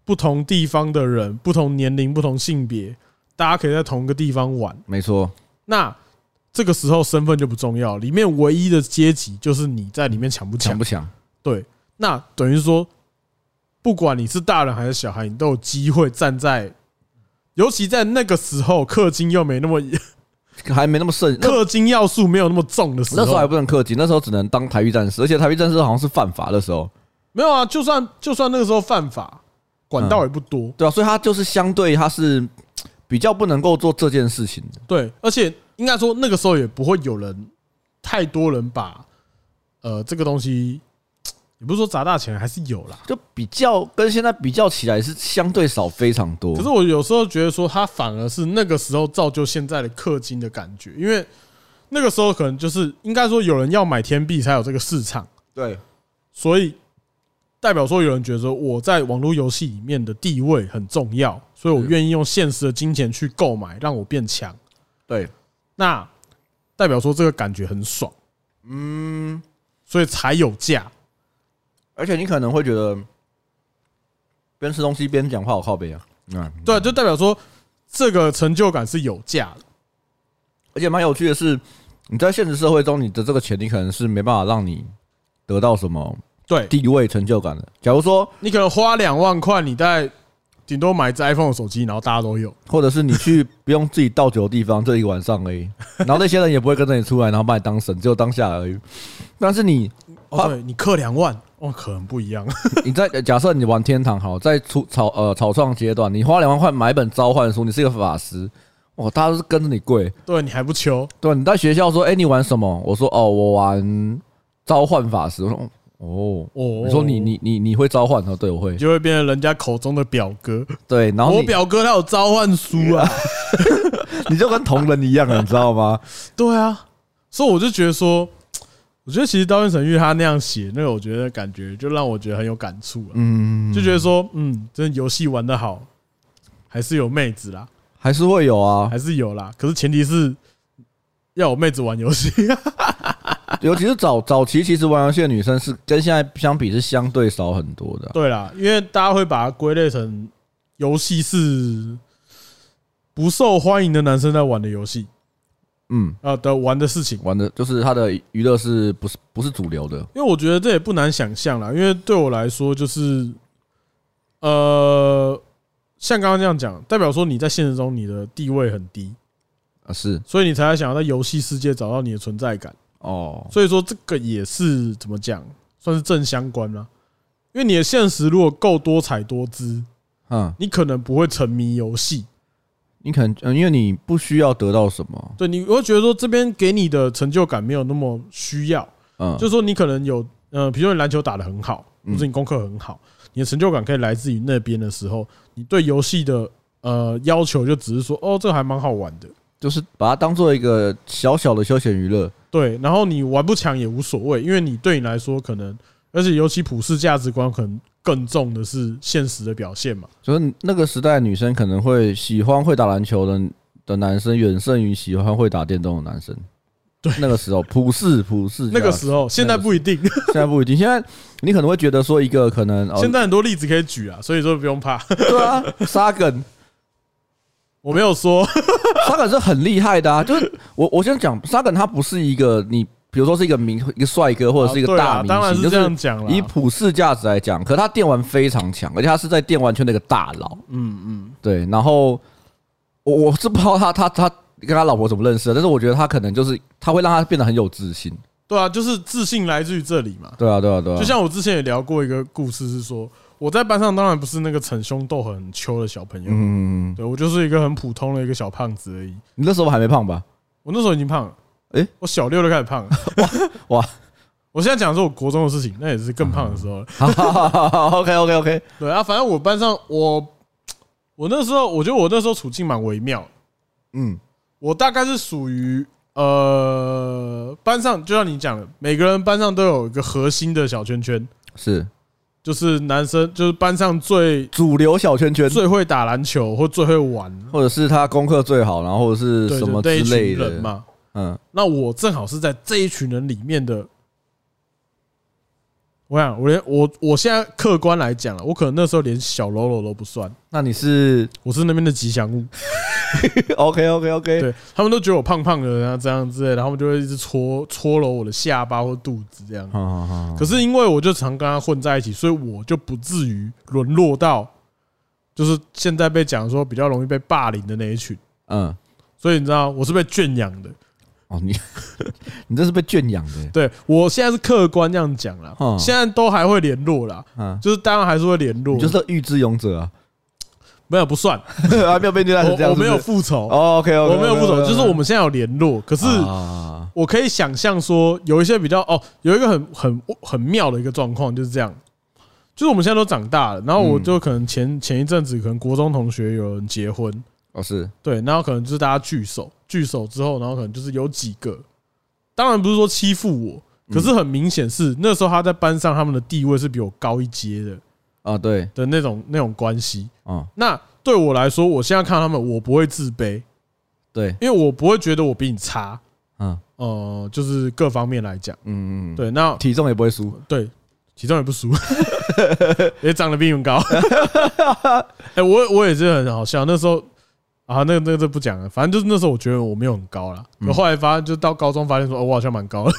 Speaker 2: 不同地方的人、不同年龄、不同性别，大家可以在同一个地方玩。
Speaker 1: 没错，
Speaker 2: 那这个时候身份就不重要，里面唯一的阶级就是你在里面抢不抢
Speaker 1: 强。不强？
Speaker 2: 那等于说，不管你是大人还是小孩，你都有机会站在，尤其在那个时候，氪金又没那么，
Speaker 1: 还没那么盛那
Speaker 2: 氪金要素没有那么重的时
Speaker 1: 那时候还
Speaker 2: 候，
Speaker 1: 不能氪金，那时候只能当台币战士，而且台币战士好像是犯法的时候，
Speaker 2: 没有啊，就算就算那个时候犯法，管道也不多，
Speaker 1: 对啊，所以他就是相对他是比较不能够做这件事情的，
Speaker 2: 对，而且应该说那个时候也不会有人太多人把呃这个东西，也不是说砸大钱，还是有啦。
Speaker 1: 就比较跟现在比较起来是相对少非常多。
Speaker 2: 可是我有时候觉得说，他反而是那个时候造就现在的氪金的感觉，因为那个时候可能就是应该说有人要买天币才有这个市场，
Speaker 1: 对，
Speaker 2: 所以代表说有人觉得说我在网络游戏里面的地位很重要，所以我愿意用现实的金钱去购买，让我变强。
Speaker 1: 对，
Speaker 2: 那代表说这个感觉很爽，
Speaker 1: 嗯，
Speaker 2: 所以才有价。
Speaker 1: 而且你可能会觉得边吃东西边讲话好靠背啊，嗯，
Speaker 2: 对啊，就代表说这个成就感是有价的。
Speaker 1: 而且蛮有趣的是，你在现实社会中，你的这个钱你可能是没办法让你得到什么
Speaker 2: 对
Speaker 1: 地位成就感的。假如说，
Speaker 2: 你可能花两万块，你在顶多买一只 iPhone 的手机，然后大家都有。
Speaker 1: 或者是你去不用自己倒酒的地方，就一个晚上而已，然后那些人也不会跟着你出来，然后把你当神，只有当下而已。但是你
Speaker 2: 哦，对你氪两万，哦，可能不一样。 <laughs>
Speaker 1: 你在呃假设你玩天堂好，在初草呃草创阶段，你花两万块买一本召唤书，你是一个法师，哇，大家都是跟着你跪。
Speaker 2: 对你还不求，
Speaker 1: 对，你在学校说，哎、你玩什么？我说哦，我玩召唤法师。我说哦，
Speaker 2: 哦，
Speaker 1: 你说你你你你会召唤？哦，对，我会
Speaker 2: 你。就会变成人家口中的表哥。
Speaker 1: 对，然后 <laughs>
Speaker 2: 我
Speaker 1: 你
Speaker 2: 表哥他有召唤书啊，
Speaker 1: 你就跟同人一样了，你知道吗？
Speaker 2: 对啊，所以我就觉得说，我觉得其实刀剑神域他那样写那个，我觉得感觉就让我觉得很有感触啊，
Speaker 1: 嗯，
Speaker 2: 就觉得说，嗯，真的游戏玩得好，还是有妹子啦，
Speaker 1: 还是会有啊，
Speaker 2: 还是有啦，可是前提是要有妹子玩游戏。 <laughs>
Speaker 1: 尤其是早早期，其实玩游戏的女生是跟现在相比是相对少很多的啊。
Speaker 2: 对啦，因为大家会把它归类成游戏是不受欢迎的男生在玩的游戏
Speaker 1: 嗯，
Speaker 2: 啊的玩的事情，
Speaker 1: 玩的就是她的娱乐是不是不是主流的？
Speaker 2: 因为我觉得这也不难想象啦，因为对我来说就是，呃，像刚刚这样讲，代表说你在现实中你的地位很低，
Speaker 1: 啊，是
Speaker 2: 所以你才想要在游戏世界找到你的存在感，
Speaker 1: 哦，
Speaker 2: 所以说这个也是怎么讲，算是正相关啦。因为你的现实如果够多彩多姿，
Speaker 1: 嗯，
Speaker 2: 你可能不会沉迷游戏，
Speaker 1: 你可能、嗯、因为你不需要得到什么，
Speaker 2: 对你会觉得说这边给你的成就感没有那么需要，
Speaker 1: 嗯，
Speaker 2: 就是说你可能有，呃，比如说你篮球打得很好，
Speaker 1: 嗯
Speaker 2: 或者你功课很好，你的成就感可以来自于那边的时候，你对游戏的呃要求就只是说，哦，这个还蛮好玩的，
Speaker 1: 就是把它当做一个小小的休闲娱乐。
Speaker 2: 对，然后你玩不强也无所谓，因为你对你来说可能，而且尤其普世价值观可能更重的是现实的表现嘛，
Speaker 1: 就是那个时代的女生可能会喜欢会打篮球的的男生，远胜于喜欢会打电动的男生。
Speaker 2: 对
Speaker 1: 那个时候普
Speaker 2: <laughs>
Speaker 1: 世普世价值，
Speaker 2: 那个时候，现在不
Speaker 1: <laughs>
Speaker 2: 一定，
Speaker 1: 现在不一定。现在你可能会觉得说一个可能，哦、
Speaker 2: 现在很多例子可以举啊，所以说不
Speaker 1: <laughs>
Speaker 2: 用怕，
Speaker 1: 对啊，沙梗，
Speaker 2: 我没有说，
Speaker 1: 沙梗是很厉害的啊。就是我我先讲，沙梗他不是一个你，比如说是一个明一个帅哥或者是一个
Speaker 2: 对
Speaker 1: 大
Speaker 2: 啊
Speaker 1: 明
Speaker 2: 当然
Speaker 1: 星，
Speaker 2: 是
Speaker 1: 就
Speaker 2: 这
Speaker 1: 是
Speaker 2: 样讲了，
Speaker 1: 以普世价值来讲，可他电玩非常强，而且他是在电玩圈的一个大佬。
Speaker 2: 嗯嗯，
Speaker 1: 对，然后我我是不知道他他他跟他老婆怎么认识的，但是我觉得他可能就是他会让他变得很有自信。
Speaker 2: 对啊，就是自信来自于这里嘛。
Speaker 1: 对啊，对啊，对啊，
Speaker 2: 就像我之前也聊过一个故事，是说我在班上当然不是那个逞凶斗狠、很秋的小朋友，
Speaker 1: 嗯，
Speaker 2: 对我就是一个很普通的一个小胖子而已。
Speaker 1: 你
Speaker 2: <laughs>
Speaker 1: 那时候还没胖吧？
Speaker 2: 我那时候已经胖了，
Speaker 1: 诶
Speaker 2: 我小六就开始胖了，
Speaker 1: <laughs> 哇哇！
Speaker 2: 我我现在讲的是我国中的事情，那也是更胖的时候了。
Speaker 1: 好好好好，OK OK OK，
Speaker 2: 对啊，反正我班上我我那时候我觉得我那时候处境蛮微妙的，
Speaker 1: 嗯，
Speaker 2: 我大概是属于呃班上，就像你讲的，每个人班上都有一个核心的小圈圈，
Speaker 1: 是
Speaker 2: 就是男生就是班上最
Speaker 1: 主流小圈圈，
Speaker 2: 最会打篮球或最会玩，
Speaker 1: 或者是他功课最好，然后或者是
Speaker 2: 对
Speaker 1: 什么
Speaker 2: 对，那一
Speaker 1: 之类
Speaker 2: 群
Speaker 1: 的
Speaker 2: 人，嘛。
Speaker 1: 嗯，
Speaker 2: 那我正好是在这一群人里面的。我想，我连我我现在客观来讲了，啊我可能那时候连小喽啰都不算，
Speaker 1: 那你是
Speaker 2: 我是那边的吉祥物。
Speaker 1: OK OK OK，
Speaker 2: 对他们都觉得我胖胖的，然后这样之类的，然后他们就会一直搓搓揉我的下巴或肚子这样。
Speaker 1: 好好好，
Speaker 2: 可是因为我就常跟他混在一起，所以我就不至于沦落到就是现在被讲说比较容易被霸凌的那一群。
Speaker 1: 嗯，
Speaker 2: 所以你知道我是被圈养的，
Speaker 1: 哦，你 <laughs> 你这是被圈养的，
Speaker 2: 对我现在是客观这样讲啦
Speaker 1: 嗯，
Speaker 2: 现在都还会联络啦，
Speaker 1: 嗯，
Speaker 2: 就是当然还是会联络
Speaker 1: 你，就是欲知勇者啊， <laughs>
Speaker 2: 没有不算，
Speaker 1: 还没有被虐待成这样，
Speaker 2: 我我没有
Speaker 1: 是不是
Speaker 2: 复仇，
Speaker 1: 哦，OK OK，
Speaker 2: 我没有复仇，就是我们现在有联
Speaker 1: 嗯
Speaker 2: 络，可是
Speaker 1: 啊，
Speaker 2: 我可以想象说，有一些比较哦，有一个很很很妙的一个状况就是这样，就是我们现在都长大了，然后我
Speaker 1: 嗯
Speaker 2: 就可能前前一阵子可能国中同学有人结婚，
Speaker 1: 哦是，
Speaker 2: 对，然后可能就是大家聚首，聚首之后，然后可能就是有几个，当然不是说欺负我，可是很明显是那时候他在班上他们的地位是比我高一阶的
Speaker 1: 啊对，
Speaker 2: 的那种那种关系。
Speaker 1: 哦
Speaker 2: 那对我来说，我现在看到他们，我不会自卑，
Speaker 1: 对，
Speaker 2: 因为我不会觉得我比你差，
Speaker 1: 嗯
Speaker 2: 呃，就是各方面来讲，
Speaker 1: 嗯嗯，嗯，
Speaker 2: 对，那
Speaker 1: 体重也不会输，
Speaker 2: 对，体重也不 <laughs> 输，也长得比你们高。 <laughs> 哎，我我也是很好笑，那时候啊，那个那个这不讲了，反正就是那时候我觉得我没有很高啦，
Speaker 1: 嗯
Speaker 2: 我后来发现就到高中发现说，哦，我好像蛮高的。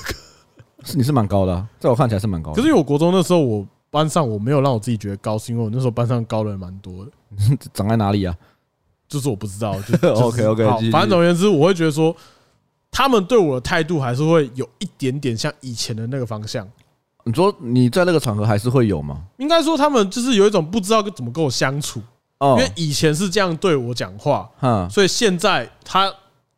Speaker 1: 是你是蛮高的啊，在我看起来是蛮高的，
Speaker 2: 可是因为我国中那时候我班上我没有让我自己觉得高，是因为我那时候班上高的人蛮多的，
Speaker 1: 长在哪里啊？
Speaker 2: 就是我不知道，
Speaker 1: <laughs>
Speaker 2: 就就是
Speaker 1: OK，OK，
Speaker 2: 好
Speaker 1: 继续
Speaker 2: 反正总而言之，我会觉得说。他们对我的态度还是会有一点点像以前的那个方向，
Speaker 1: 你说你在那个场合还是会有吗？
Speaker 2: 应该说他们就是有一种不知道怎么跟我相处，
Speaker 1: 哦
Speaker 2: 因为以前是这样对我讲话，
Speaker 1: 哈，
Speaker 2: 所以现在他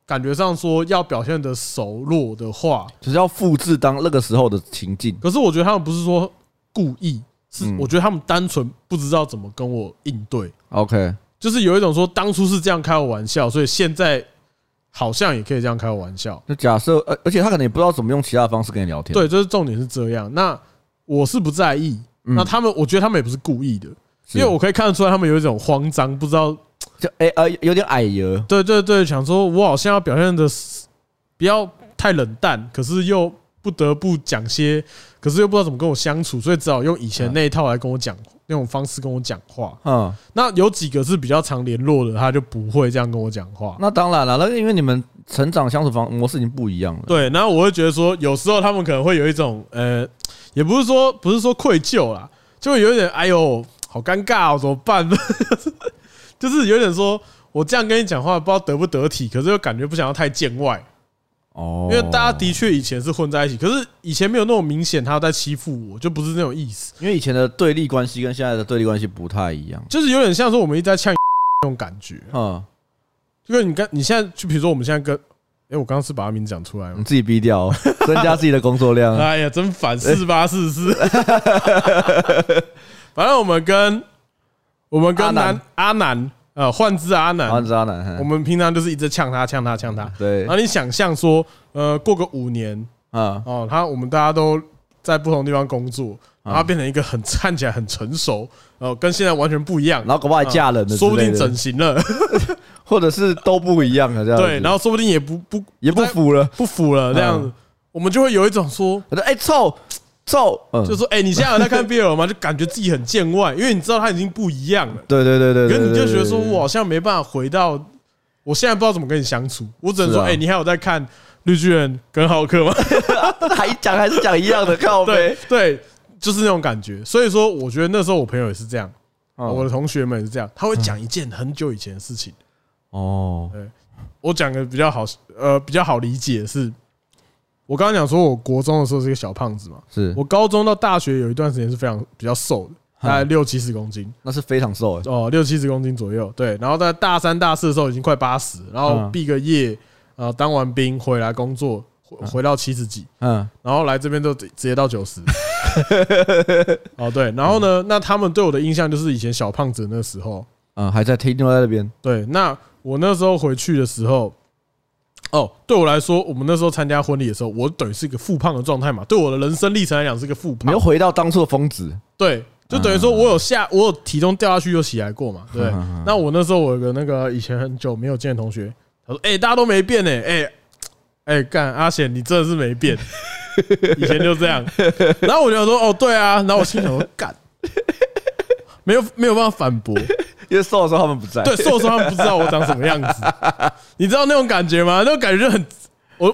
Speaker 2: 感觉上说要表现的熟络的话，
Speaker 1: 只是要复制当那个时候的情境。
Speaker 2: 可是我觉得他们不是说故意，是
Speaker 1: 嗯
Speaker 2: 我觉得他们单纯不知道怎么跟我应对，
Speaker 1: OK，
Speaker 2: 就是有一种说当初是这样开我玩笑，所以现在好像也可以这样开我玩笑。
Speaker 1: 就假设，呃而而且他可能也不知道怎么用其他的方式跟你聊天。，
Speaker 2: 对，就是重点是这样。那我是不在意，
Speaker 1: 嗯
Speaker 2: 那他们我觉得他们也不是故意的，
Speaker 1: 是
Speaker 2: 因为我可以看得出来他们有一种慌张，不知道
Speaker 1: 就哎、呃有点矮油，
Speaker 2: 对对对，想说我好像要表现的不要太冷淡，可是又不得不讲些，可是又不知道怎么跟我相处，所以只好用以前那一套来跟我讲那种方式跟我讲话。
Speaker 1: 嗯，
Speaker 2: 那有几个是比较常联络的，他就不会这样跟我讲话。
Speaker 1: 那当然了，那因为你们成长相处方模式已经不一样了。
Speaker 2: 对，然后我会觉得说，有时候他们可能会有一种呃，也不是说不是说愧疚啦，就会有一点哎呦，好尴尬哦，怎么办？ <laughs> 就是有点说我这样跟你讲话，不知道得不得体，可是又感觉不想要太见外。
Speaker 1: 哦，
Speaker 2: 因为大家的确以前是混在一起，可是以前没有那种明显他在欺负我，就不是那种意思，
Speaker 1: 因为以前的对立关系跟现在的对立关系不太一样。
Speaker 2: 就是有点像是我们一直在呛 <laughs> 那种感觉。
Speaker 1: 嗯，
Speaker 2: 就跟你跟你现在，就比如说我们现在跟，哎，我刚刚是把他名字讲出来
Speaker 1: 你
Speaker 2: 吗？
Speaker 1: 自己逼掉
Speaker 2: <laughs>
Speaker 1: 哦，增加自己的工作量。啊
Speaker 2: 哎呀，真烦，四八四四。 <laughs> 反正我们跟我们
Speaker 1: 阿
Speaker 2: 跟
Speaker 1: 南
Speaker 2: 南阿南呃，幻之阿
Speaker 1: 好，
Speaker 2: 南嗯
Speaker 1: 你，知道男，
Speaker 2: 我
Speaker 1: 嗯
Speaker 2: 们平常就是一直呛他，呛他，呛他。
Speaker 1: 对
Speaker 2: 然，后你想象说，呃，过个五年，
Speaker 1: 啊，
Speaker 2: 哦，他我们大家都在不同地方工作，然
Speaker 1: 嗯
Speaker 2: 后他变成一个很看起来很成熟，呃，跟现在完全不一样
Speaker 1: 然。后搞不好还嫁人了之类的，
Speaker 2: 说
Speaker 1: <laughs>
Speaker 2: 不定整形了，
Speaker 1: 或者是都不一样了啊这样子。
Speaker 2: 对，然后说不定也不不
Speaker 1: 也不服了。
Speaker 2: 不符了，这样
Speaker 1: 嗯
Speaker 2: 子，我们就会有一种说，
Speaker 1: 我说哎臭臭，嗯
Speaker 2: 就说，哎，你现在有
Speaker 1: <laughs>
Speaker 2: 在看 BL 吗？就感觉自己很见外，因为你知道他已经不一样了，
Speaker 1: 对对对对
Speaker 2: 可
Speaker 1: 对，
Speaker 2: 是你就觉得说，
Speaker 1: 对
Speaker 2: 我，好像没办法回到，我现在不知道怎么跟你相处，我只能说，
Speaker 1: 是啊
Speaker 2: 哎，你还有在看绿巨人跟浩克吗？ <laughs>
Speaker 1: 对对对 <laughs> 还讲还是讲一样的，靠
Speaker 2: 对
Speaker 1: 背。
Speaker 2: 对，就是那种感觉。所以说，我觉得那时候我朋友也是这样。我
Speaker 1: 嗯
Speaker 2: 的同学们也是这样，他会讲一件很久以前的事情。
Speaker 1: 哦，
Speaker 2: 我讲个比较好，呃，比较好理解的是，我刚刚讲说，我国中的时候是一个小胖子嘛，
Speaker 1: 是
Speaker 2: 我高中到大学有一段时间是非常比较瘦的，大概六七十公斤，
Speaker 1: 那是非常瘦哎，
Speaker 2: 哦，六七十公斤左右，对。然后在大三、大四的时候已经快八十，然后
Speaker 1: 嗯
Speaker 2: 毕个业，呃，当完兵回来工作，回回到七十几，
Speaker 1: 嗯，
Speaker 2: 然后来这边就直直接到九十。哦，对，然后呢，那他们对我的印象就是以前小胖子那时候，
Speaker 1: 嗯，还在停留在那边，
Speaker 2: 对，那我那时候回去的时候，哦，对我来说，我们那时候参加婚礼的时候，我等于是一个复胖的状态嘛，对我的人生历程来讲是个复
Speaker 1: 你
Speaker 2: 胖
Speaker 1: 又，回到当初的疯子，
Speaker 2: 对，就等于说我有下，我有体重掉下去又起来过嘛，对。那我那时候我有个那个以前很久没有见的同学，他说：“哎，大家都没变呢，哎，哎，干阿显，你真的是没变， <laughs> 以前就这样。”然后我就想说：“哦，对啊。”然后我心想说：“干，没有没有办法反驳。”
Speaker 1: 因为瘦的时候他们不在，
Speaker 2: 对，受伤不知道我长什么
Speaker 1: <laughs>
Speaker 2: 样子，你知道那种感觉吗？那种感觉就很，我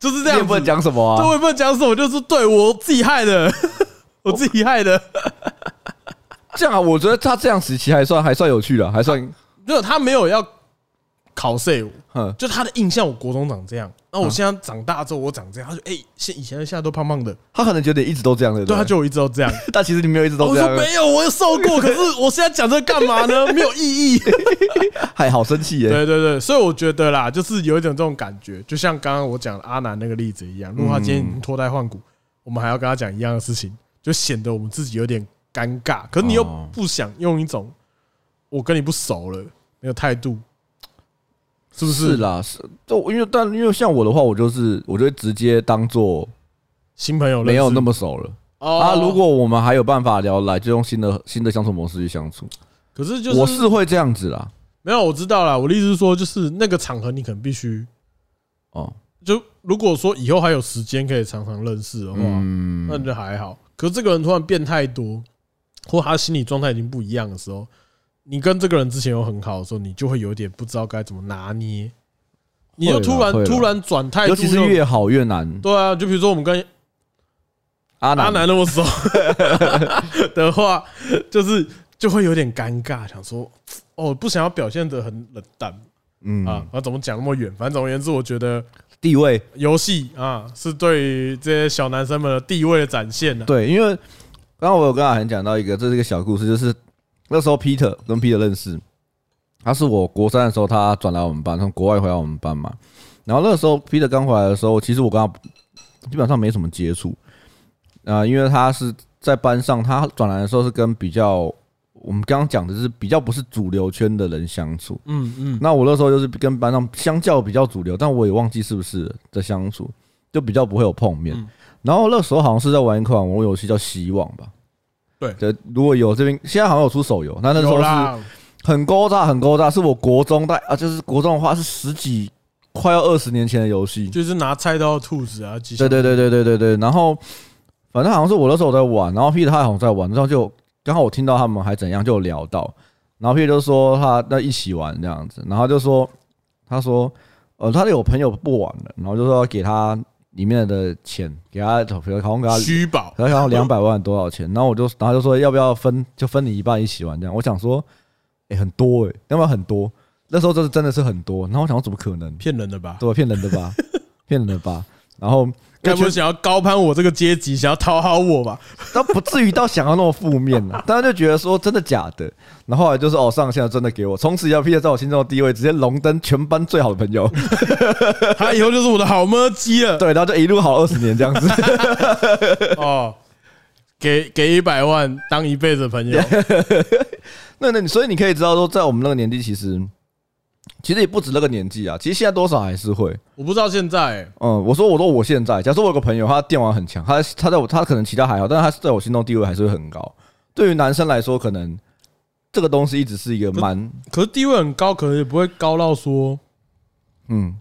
Speaker 2: 就是
Speaker 1: 你
Speaker 2: 这样
Speaker 1: 也
Speaker 2: 子，
Speaker 1: 不能讲什么
Speaker 2: 对，
Speaker 1: 啊
Speaker 2: 我，也不能讲什么，我就是对我自己害
Speaker 1: <laughs>
Speaker 2: 的，我自己害的。
Speaker 1: 这样啊，我觉得他这样时期还算还算有趣了，还算，
Speaker 2: 没有，他没有要考碎我，
Speaker 1: 嗯，
Speaker 2: 就他的印象，我国中长这样，那我现在长大之后我长这样，他就哎，现以前现在都胖胖的，
Speaker 1: 他可能觉得你一直都这样的，
Speaker 2: 对，他
Speaker 1: 不
Speaker 2: 就一直都这样。
Speaker 1: <laughs> 但其实你没有一直都
Speaker 2: 我
Speaker 1: 这
Speaker 2: 说
Speaker 1: 样，
Speaker 2: 没有，我有瘦过，可是我现在讲这干嘛呢？没有意义。
Speaker 1: 还哎好生气耶，
Speaker 2: 对对对，所以我觉得啦，就是有一种这种感觉，就像刚刚我讲的阿南那个例子一样，如果他今天已经脱胎换骨，我们还要跟他讲一样的事情，就显得我们自己有点尴尬。可是你又
Speaker 1: 哦
Speaker 2: 不想用一种我跟你不熟了那个态度，是不
Speaker 1: 是
Speaker 2: 是？
Speaker 1: 啦，是，就因为但因为像我的话，我就是我就会直接当做
Speaker 2: 新朋友认识
Speaker 1: 没有那么熟了
Speaker 2: 哦
Speaker 1: 啊。如果我们还有办法聊得来，就用新的新的相处模式去相处，
Speaker 2: 可是就
Speaker 1: 我
Speaker 2: 是
Speaker 1: 是会这样子啦，
Speaker 2: 没有，我知道啦。我的意思是说，就是那个场合你可能必须
Speaker 1: 哦，
Speaker 2: 就如果说以后还有时间可以常常认识的话，
Speaker 1: 嗯
Speaker 2: 那，就还好。可是这个人突然变太多，或他心理状态已经不一样的时候，你跟这个人之前又很好的时候，你就会有点不知道该怎么拿捏。你就突然
Speaker 1: 会啦
Speaker 2: 突然转
Speaker 1: 尤
Speaker 2: 态度
Speaker 1: 其是
Speaker 2: 又
Speaker 1: 越好越难，
Speaker 2: 对啊，就比如说我们跟
Speaker 1: 阿
Speaker 2: 阿
Speaker 1: 南
Speaker 2: 南那
Speaker 1: <laughs>
Speaker 2: 么熟的话，就是就会有点尴尬，想说哦，不想要表现得很冷淡
Speaker 1: 嗯
Speaker 2: 啊，啊，怎么讲那么远？反正总而言之，我觉得
Speaker 1: 地位
Speaker 2: 游戏啊是对于这些小男生们的地位的展现啊呢、
Speaker 1: 对，因为刚刚我有跟阿涵讲到一个，这是一个小故事，就是那时候 Peter 跟 Peter 认识，他是我国三的时候他转来我们班，从国外回来我们班嘛。然后那个时候 Peter 刚回来的时候，其实我跟他基本上没什么接触啊、因为他是在班上，他转来的时候是跟比较我们刚刚讲的是比较不是主流圈的人相处，
Speaker 2: 嗯嗯，
Speaker 1: 那我那时候就是跟班上相较比较主流，但我也忘记是不是了的相处，就比较不会有碰面。
Speaker 2: 嗯
Speaker 1: 然后那时候好像是在玩一款网络游戏叫《希望》吧。
Speaker 2: 对
Speaker 1: 对，如果有这边现在好像有出手游，那那时
Speaker 2: 有
Speaker 1: 候是
Speaker 2: 啦，
Speaker 1: 很勾大很勾大，是我国中代啊，就是国中的话是十几快要二十年前的游戏。
Speaker 2: 就是拿菜刀的兔子啊，吉祥
Speaker 1: 对对对对对对对，然后反正好像是我那时候在玩，然后 Peter 他好像在玩，然后就刚好我听到他们还怎样就有聊到，然后 Peter 就说他那一起玩这样子，然后就说他说呃他有朋友不玩了，然后就说要给他里面的钱，给他比如好像给他
Speaker 2: 虚宝，
Speaker 1: 然后要两百万多少钱，然后我就然后就说要不要分就分你一半一起玩这样，我想说哎、很多哎、要不要很多？那时候就是真的是很多，然后我想说怎么可能？ <laughs>
Speaker 2: 骗人的吧？
Speaker 1: 对吧？骗人的吧，骗人的吧。然后
Speaker 2: 该
Speaker 1: 就
Speaker 2: 不会想要高攀我这个阶级，想要讨好
Speaker 1: <laughs>
Speaker 2: 我吧？
Speaker 1: 那不至于到想要那么负面了、当然就觉得说真的假的，然后后来就是哦上线真的给我，从此以后 Peter 在我心中的地位直接荣登全班最好的朋友，
Speaker 2: 他以后就是我的好妈鸡了
Speaker 1: 对，然后就一路好二十年这样子，
Speaker 2: 哦。给给一百万当一辈子的
Speaker 1: <laughs>
Speaker 2: 朋友，
Speaker 1: 那那你所以你可以知道说，在我们那个年纪其实其实也不止那个年纪啊，其实现在多少还是会，
Speaker 2: 我不知道现在、欸
Speaker 1: 嗯，我说我说我现在，假设我有个朋友他电玩很强，他他在我他可能其他还好，但是他在我心中地位还是会很高，对于男生来说可能。这个东西一直是一个蛮，
Speaker 2: 可是地位很高，可能也不会高到说，
Speaker 1: 嗯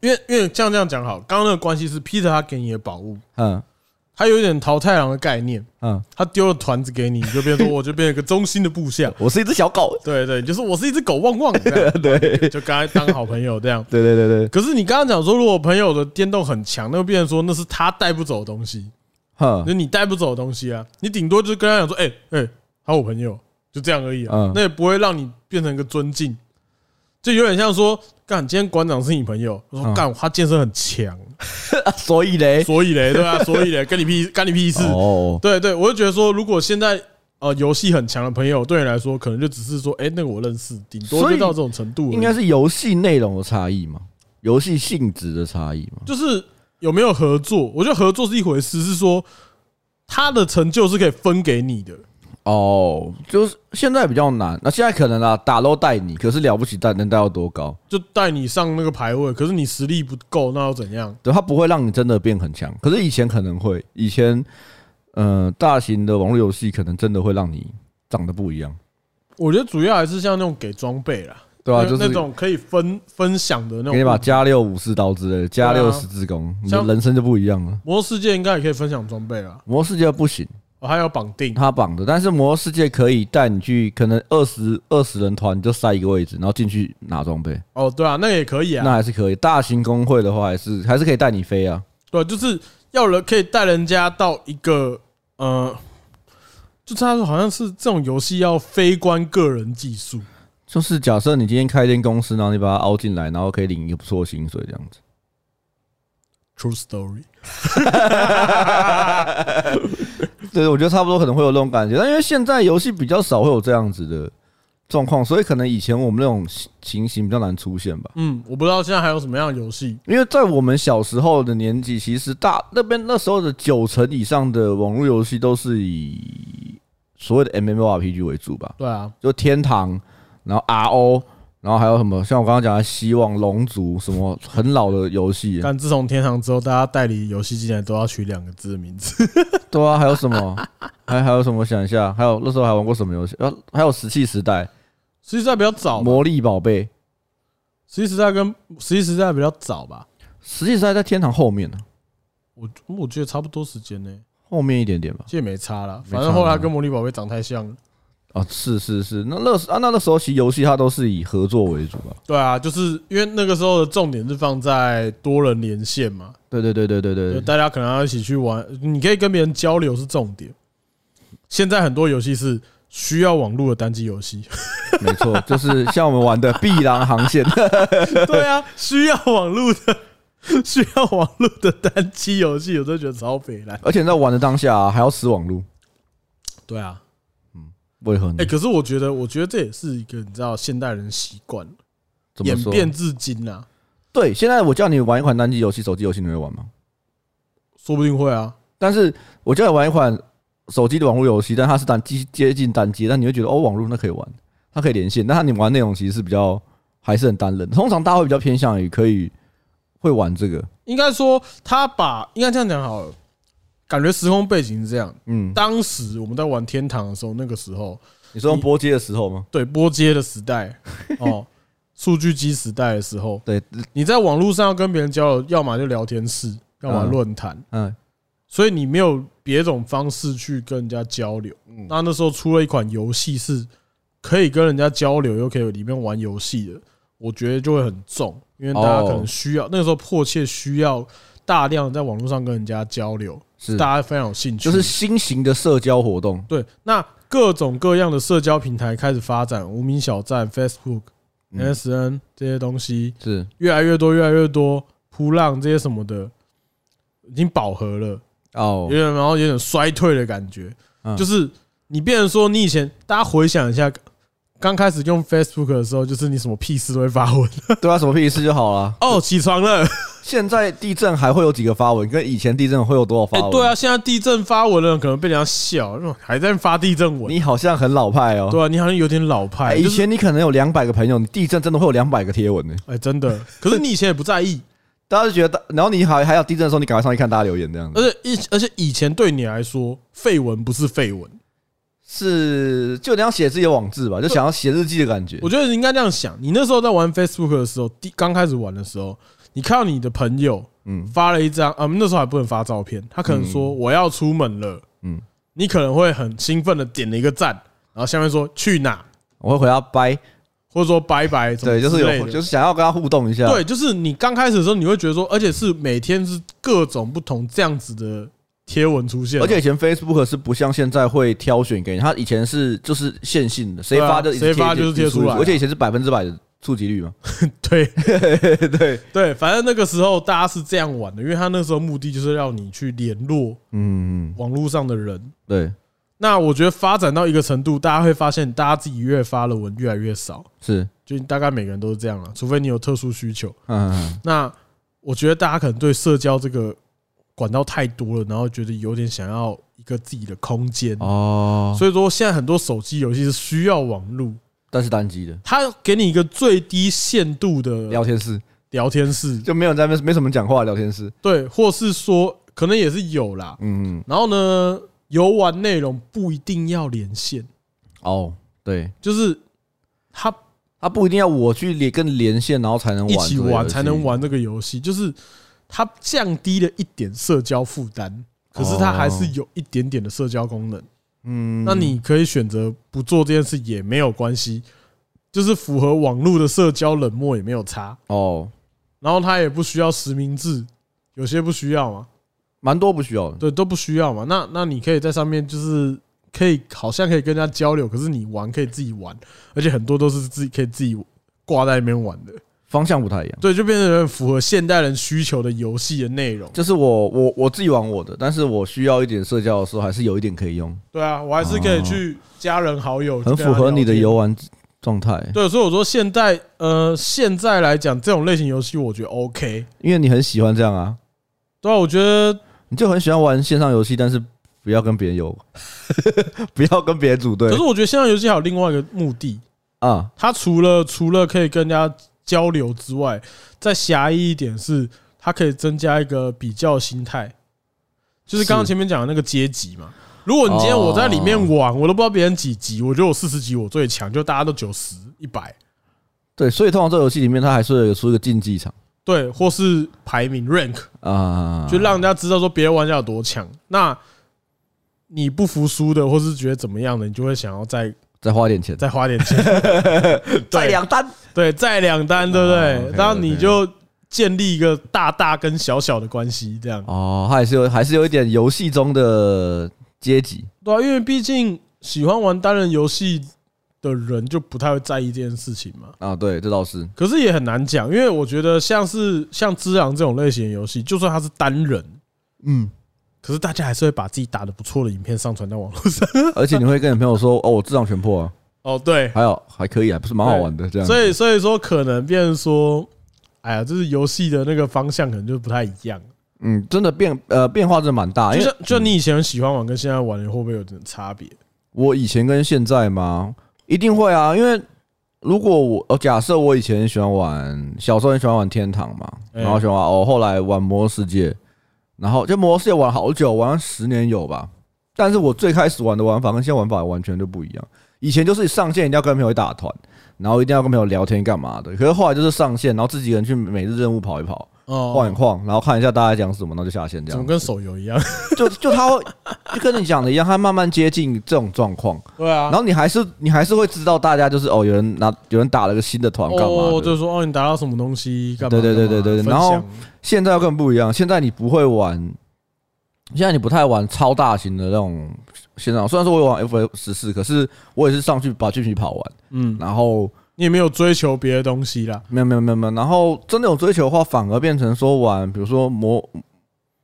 Speaker 2: 因为因为这样这样讲好，刚刚那个关系是 Peter 他给你的宝物，
Speaker 1: 嗯
Speaker 2: 他有一点淘太郎的概念，
Speaker 1: 嗯，
Speaker 2: 他丢了团子给你，你就变成
Speaker 1: <laughs>
Speaker 2: 说我就变成一个忠心的部下，
Speaker 1: 我是一只小狗，
Speaker 2: 对对，就是我是一只狗旺旺，这样
Speaker 1: <laughs> 对对
Speaker 2: 就刚才当好朋友这样。
Speaker 1: 对对对，
Speaker 2: 可是你刚刚讲说，如果朋友的电动很强，那就变成说那是他带不走的东西，
Speaker 1: 哼
Speaker 2: 就，是你带不走的东西啊。你顶多就是跟他讲说，哎哎，他我朋友，就这样而已啊
Speaker 1: 嗯。
Speaker 2: 那也不会让你变成一个尊敬，就有点像说，干，今天馆长是你朋友，我说
Speaker 1: 嗯
Speaker 2: 干，他健身很强，
Speaker 1: <laughs> 所以嘞，
Speaker 2: 所以嘞，对吧、 <laughs> 所以嘞，跟你屁干你屁事。
Speaker 1: 哦，
Speaker 2: 对对，我就觉得说，如果现在呃游戏很强的朋友，对你来说可能就只是说，哎，那个我认识，顶多
Speaker 1: 所以
Speaker 2: 就到这种程度而已。
Speaker 1: 应该是游戏内容的差异嘛？游戏性质的差异嘛。
Speaker 2: 就是有没有合作，我觉得合作是一回事，是说他的成就是可以分给你的。
Speaker 1: 哦，就是现在比较难，那现在可能啊，打都带你，可是了不起带能带到多高？
Speaker 2: 就带你上那个排位，可是你实力不够，那又怎样？
Speaker 1: 对，它不会让你真的变很强，可是以前可能会，以前，嗯，大型的网络游戏可能真的会让你长得不一样，
Speaker 2: 我觉得主要还是像那种给装备啦，
Speaker 1: 对吧、
Speaker 2: 那
Speaker 1: 就是
Speaker 2: 那种可以分分享的那种。
Speaker 1: 给你把加六武士刀之类的，加
Speaker 2: 对
Speaker 1: 六
Speaker 2: 啊
Speaker 1: 十字弓，你的
Speaker 2: 像
Speaker 1: 人生就不一样了。
Speaker 2: 魔兽世界应该也可以分享装备啦，
Speaker 1: 魔兽世界不行，
Speaker 2: 哦还有绑定。
Speaker 1: 它绑的，但是魔兽世界可以带你去，可能二十二十人团你就塞一个位置，然后进去拿装备，
Speaker 2: 哦，对啊，那个也可以啊。
Speaker 1: 那还是可以。大型工会的话，还是还是可以带你飞啊。
Speaker 2: 对，就是要人可以带人家到一个呃，就他说好像是这种游戏要非关个人技术，
Speaker 1: 就是假设你今天开一间公司，然后你把它凹进来，然后可以领一个不错的薪水，这样子。
Speaker 2: True story，
Speaker 1: 对，我觉得差不多可能会有那种感觉，但因为现在游戏比较少会有这样子的状况，所以可能以前我们那种情形比较难出现吧。
Speaker 2: 嗯，我不知道现在还有什么样的游戏，
Speaker 1: 因为在我们小时候的年纪，其实大那边那时候的九成以上的网络游戏都是以所谓的 MMORPG 为主吧，
Speaker 2: 对啊，
Speaker 1: 就天堂，然后 RO，然后还有什么像我刚刚讲的希望、龙族什么很老的游戏，
Speaker 2: 但自从天堂之后，大家代理游戏进来都要取两个字的名字，
Speaker 1: 对啊，还有什么？ <laughs> 还还有什么？想一下，还有那时候还玩过什么游戏？啊，还有石器时代、
Speaker 2: 实际上比较早吧，
Speaker 1: 魔力宝贝。
Speaker 2: 实际时代跟实际时代比较早吧，
Speaker 1: 实际上在天堂后面呢、
Speaker 2: 我我觉得差不多时间呢，
Speaker 1: 后面一点点吧。
Speaker 2: 这也没差了，
Speaker 1: 没
Speaker 2: 反
Speaker 1: 差
Speaker 2: 正后来
Speaker 1: 啦
Speaker 2: 跟魔力宝贝长太像了，
Speaker 1: 啊，是是是，那那时啊，那那时候其实游戏它都是以合作为主吧？
Speaker 2: 对啊，就是因为那个时候的重点是放在多人连线嘛，
Speaker 1: 对对对对对
Speaker 2: 就
Speaker 1: 对，
Speaker 2: 大家可能要一起去玩，你可以跟别人交流是重点。现在很多游戏是需要网络的单机游戏，
Speaker 1: 没 <laughs> 错，就是像我们玩的《碧蓝航线》， <laughs>
Speaker 2: <laughs> 对啊，需要网络的， <laughs> 需要网络的单机游戏，我都觉得超北蓝。
Speaker 1: 而且在玩的当下、啊、还要死网路，
Speaker 2: 对啊，
Speaker 1: 为何呢
Speaker 2: 哎，？可是我觉得，我觉得这也是一个你知道现代人习惯
Speaker 1: 怎么
Speaker 2: 演
Speaker 1: 说？
Speaker 2: 变至今啊，
Speaker 1: 对，现在我叫你玩一款单机游戏、手机游戏，你会玩吗？
Speaker 2: 说不定会啊。
Speaker 1: 但是我叫你玩一款手机的网络游戏，但它是单机接近单机，但你会觉得哦，网络那可以玩，它可以连线，但它你玩内容其实是比较还是很单人，通常大家会比较偏向于可以会玩这个，
Speaker 2: 应该说，他把应该这样讲好了，感觉时空背景是这样。
Speaker 1: 嗯，
Speaker 2: 当时我们在玩天堂的时候，那个时候
Speaker 1: 你说用波接的时候吗？
Speaker 2: 对波接的
Speaker 1: <laughs>
Speaker 2: 时代哦，数据机时代的时候，
Speaker 1: 对，
Speaker 2: 你在网络上要跟别人交流，要么就聊天室，要么
Speaker 1: 嗯
Speaker 2: 论坛，
Speaker 1: 嗯，
Speaker 2: 所以你没有别种方式去跟人家交流。
Speaker 1: 嗯
Speaker 2: 那那时候出了一款游戏是可以跟人家交流，又可以里面玩游戏的，我觉得就会很重，因为大家可能需要那个时候迫切需要大量地在网络上跟人家交流，
Speaker 1: 是，
Speaker 2: 大家非常有兴趣，
Speaker 1: 嗯就是新型的社交活动，
Speaker 2: 对，那各种各样的社交平台开始发展，无名小站、Facebook、
Speaker 1: 嗯，
Speaker 2: MSN 这些东西
Speaker 1: 是
Speaker 2: 越来越多，越来越多，扑浪这些什么的已经饱和了，
Speaker 1: 哦
Speaker 2: 有，点然后有点衰退的感觉
Speaker 1: 嗯。
Speaker 2: 就是你变成说，你以前大家回想一下，刚开始用 Facebook 的时候，就是你什么屁事都会发
Speaker 1: <laughs>
Speaker 2: 文
Speaker 1: 对啊，什么屁事就好了。
Speaker 2: 哦，起床了，
Speaker 1: 现在地震还会有几个发文，跟以前地震会有多少发
Speaker 2: <laughs> 哎，
Speaker 1: 文？
Speaker 2: 对啊，，现在地震发文了，可能被人家笑，那种还在发地震文，
Speaker 1: 你好像很老派哦。
Speaker 2: 对啊，你好像有点老
Speaker 1: 哎
Speaker 2: 派，
Speaker 1: 以
Speaker 2: 就是
Speaker 1: 前你可能有两百个朋友，你地震真的会有两百个贴文呢。
Speaker 2: 哎，真的，可是你以前也不在
Speaker 1: <laughs>
Speaker 2: 意。
Speaker 1: 大家就觉得，然后你还还有地震的时候，你赶快上去看大家留言这样子，
Speaker 2: 而且以而且以前对你来说，绯闻不是绯闻，
Speaker 1: 是就有点像写自己的网志吧，就想要写日记的感觉
Speaker 2: 我。觉得你应该这样想。你那时候在玩 Facebook 的时候，第刚开始玩的时候，你看到你的朋友
Speaker 1: 嗯
Speaker 2: 发了一张，啊，那时候还不能发照片，他可能说我要出门了，
Speaker 1: 嗯，
Speaker 2: 你可能会很兴奋的点了一个赞，然后下面说去哪，
Speaker 1: 我会回答拜，
Speaker 2: 或者说拜拜，什么
Speaker 1: 对，就是
Speaker 2: 之类
Speaker 1: 有
Speaker 2: 的
Speaker 1: 就是想要跟他互动一下，
Speaker 2: 对，就是你刚开始的时候，你会觉得说，而且是每天是各种不同这样子的贴文出现哦，
Speaker 1: 而且以前 Facebook 是不像现在会挑选给你，它以前是就是线性的，谁
Speaker 2: 对啊
Speaker 1: 发就一直
Speaker 2: 谁发就是贴出来啊
Speaker 1: 而且以前是百分之百的触及
Speaker 2: <laughs>
Speaker 1: 率嘛。
Speaker 2: <laughs> 对，
Speaker 1: 对，
Speaker 2: 对，反正那个时候大家是这样玩的，因为他那时候目的就是让你去联络
Speaker 1: 嗯，
Speaker 2: 网络上的人。
Speaker 1: 对，
Speaker 2: 那我觉得发展到一个程度，大家会发现，大家自己越发的文越来越少，
Speaker 1: 是
Speaker 2: 就大概每个人都是这样了，啊除非你有特殊需求。
Speaker 1: 嗯嗯
Speaker 2: 那我觉得大家可能对社交这个管道太多了，然后觉得有点想要一个自己的空间。
Speaker 1: 哦，
Speaker 2: 所以说，现在很多手机游戏是需要网络，
Speaker 1: 但是单机的
Speaker 2: 它给你一个最低限度的
Speaker 1: 聊天室
Speaker 2: 聊天室，
Speaker 1: 就没有在那边没什么讲话，聊天室，
Speaker 2: 对，或是说可能也是有啦。
Speaker 1: 嗯，
Speaker 2: 然后呢，游玩内容不一定要连线，
Speaker 1: 哦，对，
Speaker 2: 就是它
Speaker 1: 他不一定要我去连跟连线，然后才能
Speaker 2: 一
Speaker 1: 玩
Speaker 2: 起
Speaker 1: 这个游
Speaker 2: 玩
Speaker 1: 戏
Speaker 2: 才能，玩这个游戏，就是它降低了一点社交负担，可是它还是有一点点的社交功能。
Speaker 1: 嗯，
Speaker 2: 那你可以选择不做这件事也没有关系，就是符合网络的社交冷漠也没有差。
Speaker 1: 哦，
Speaker 2: 然后它也不需要实名制，有些不需要嘛，
Speaker 1: 蛮多不需要的，
Speaker 2: 对，都不需要嘛。那那你可以在上面就是可以好像可以跟人家交流，可是你玩可以自己玩，而且很多都是自己可以自己挂在那边玩的。
Speaker 1: 方向不太一样。
Speaker 2: 对，就变成符合现代人需求的游戏的内容。
Speaker 1: 就是我我我自己玩我的，但是我需要一点社交的时候，还是有一点可以用，
Speaker 2: 对啊，我还是可以去加人好友，
Speaker 1: 哦很
Speaker 2: 去跟他
Speaker 1: 符合你的
Speaker 2: 聊天
Speaker 1: 游。玩状态，
Speaker 2: 对，所以我说现代呃，现在来讲这种类型游戏，我觉得 OK。
Speaker 1: 因为你很喜欢这样啊，
Speaker 2: 对啊，我觉得
Speaker 1: 你就很喜欢玩线上游戏，但是不要跟别人有，
Speaker 2: <laughs>
Speaker 1: 不要跟别人组队
Speaker 2: 可是我觉得现在游戏还有另外一个目的，
Speaker 1: 啊，
Speaker 2: 它除了除了可以跟人家交流之外，再狭义一点是，它可以增加一个比较心态，就是刚刚
Speaker 1: 是哦
Speaker 2: 前面讲的那个阶级嘛。如果你今天我在里面玩，我都不知道别人几级，我觉得我四十级我最强，就大家都九十、一百，
Speaker 1: 对，所以通常这个游戏里面它还是有出一个竞技场
Speaker 2: 对，或是排名 rank，
Speaker 1: 啊，
Speaker 2: 就让人家知道说别人玩家有多强。那你不服输的，或是觉得怎么样的，你就会想要再
Speaker 1: 再花点钱，
Speaker 2: 再花点钱，
Speaker 1: <laughs> 再两单，
Speaker 2: 对，再两单，对不
Speaker 1: 哦
Speaker 2: 对？
Speaker 1: ，OK，
Speaker 2: 然后你
Speaker 1: OK
Speaker 2: 就建立一个大大跟小小的关系，这样
Speaker 1: 哦，它还是有还是有一点游戏中的阶级，
Speaker 2: 对啊，因为毕竟喜欢玩单人游戏的人就不太会在意这件事情嘛。
Speaker 1: 啊，对，这倒是，
Speaker 2: 可是也很难讲，因为我觉得像是像《之狼》这种类型的游戏，就算它是单人，
Speaker 1: 嗯，
Speaker 2: 可是大家还是会把自己打的不错的影片上传到网络
Speaker 1: <laughs>
Speaker 2: 上。
Speaker 1: 而且你会跟你朋友说，哦，我智障全破啊，
Speaker 2: 哦，对，
Speaker 1: 还有还可以啊，不是蛮好玩的这样，
Speaker 2: 所以所以说可能变成说，哎呀，就是游戏的那个方向可能就不太一样。
Speaker 1: 嗯，真的变呃变化真的蛮大，因
Speaker 2: 就
Speaker 1: 为
Speaker 2: 像就你以前喜欢玩跟现在玩的会不会有点差别？
Speaker 1: 我以前跟现在嘛，一定会啊，因为如果我呃假设我以前喜欢玩，小时候很喜欢玩天堂嘛，
Speaker 2: 哎
Speaker 1: 然后喜欢玩哦，后来玩魔兽世界，然后就魔兽世界玩好久，玩了十年有吧。但是我最开始玩的玩法跟现在玩法完全就不一样。以前就是上线一定要跟朋友一打团，然后一定要跟朋友聊天干嘛的。可是后来就是上线，然后自己一个人去每日任务跑一跑，
Speaker 2: 哦
Speaker 1: 晃一晃，然后看一下大家讲什么，然后就下线这
Speaker 2: 怎么
Speaker 1: 样。
Speaker 2: 跟手游
Speaker 1: <laughs>
Speaker 2: 一样？
Speaker 1: 就就他会就跟你讲的一样，他慢慢接近这种状况。
Speaker 2: 对啊
Speaker 1: 然，后你还是你还是会知道大家就是哦，有人拿有人打了个新的团干嘛
Speaker 2: 哦，
Speaker 1: 的。
Speaker 2: 就是说哦，你达到什么东西干嘛？
Speaker 1: 对对对
Speaker 2: 干
Speaker 1: 对
Speaker 2: 嘛
Speaker 1: 对对
Speaker 2: 分
Speaker 1: 然后
Speaker 2: 享
Speaker 1: 现在更不一样，现在你不会玩，现在你不太玩超大型的那种现场。虽然说我有玩 F 十四，可是我也是上去把剧情跑完，
Speaker 2: 嗯，
Speaker 1: 然后
Speaker 2: 你也没有追求别的东西啦。
Speaker 1: 没有没有没有没有，然后真的有追求的话，反而变成说玩，比如说魔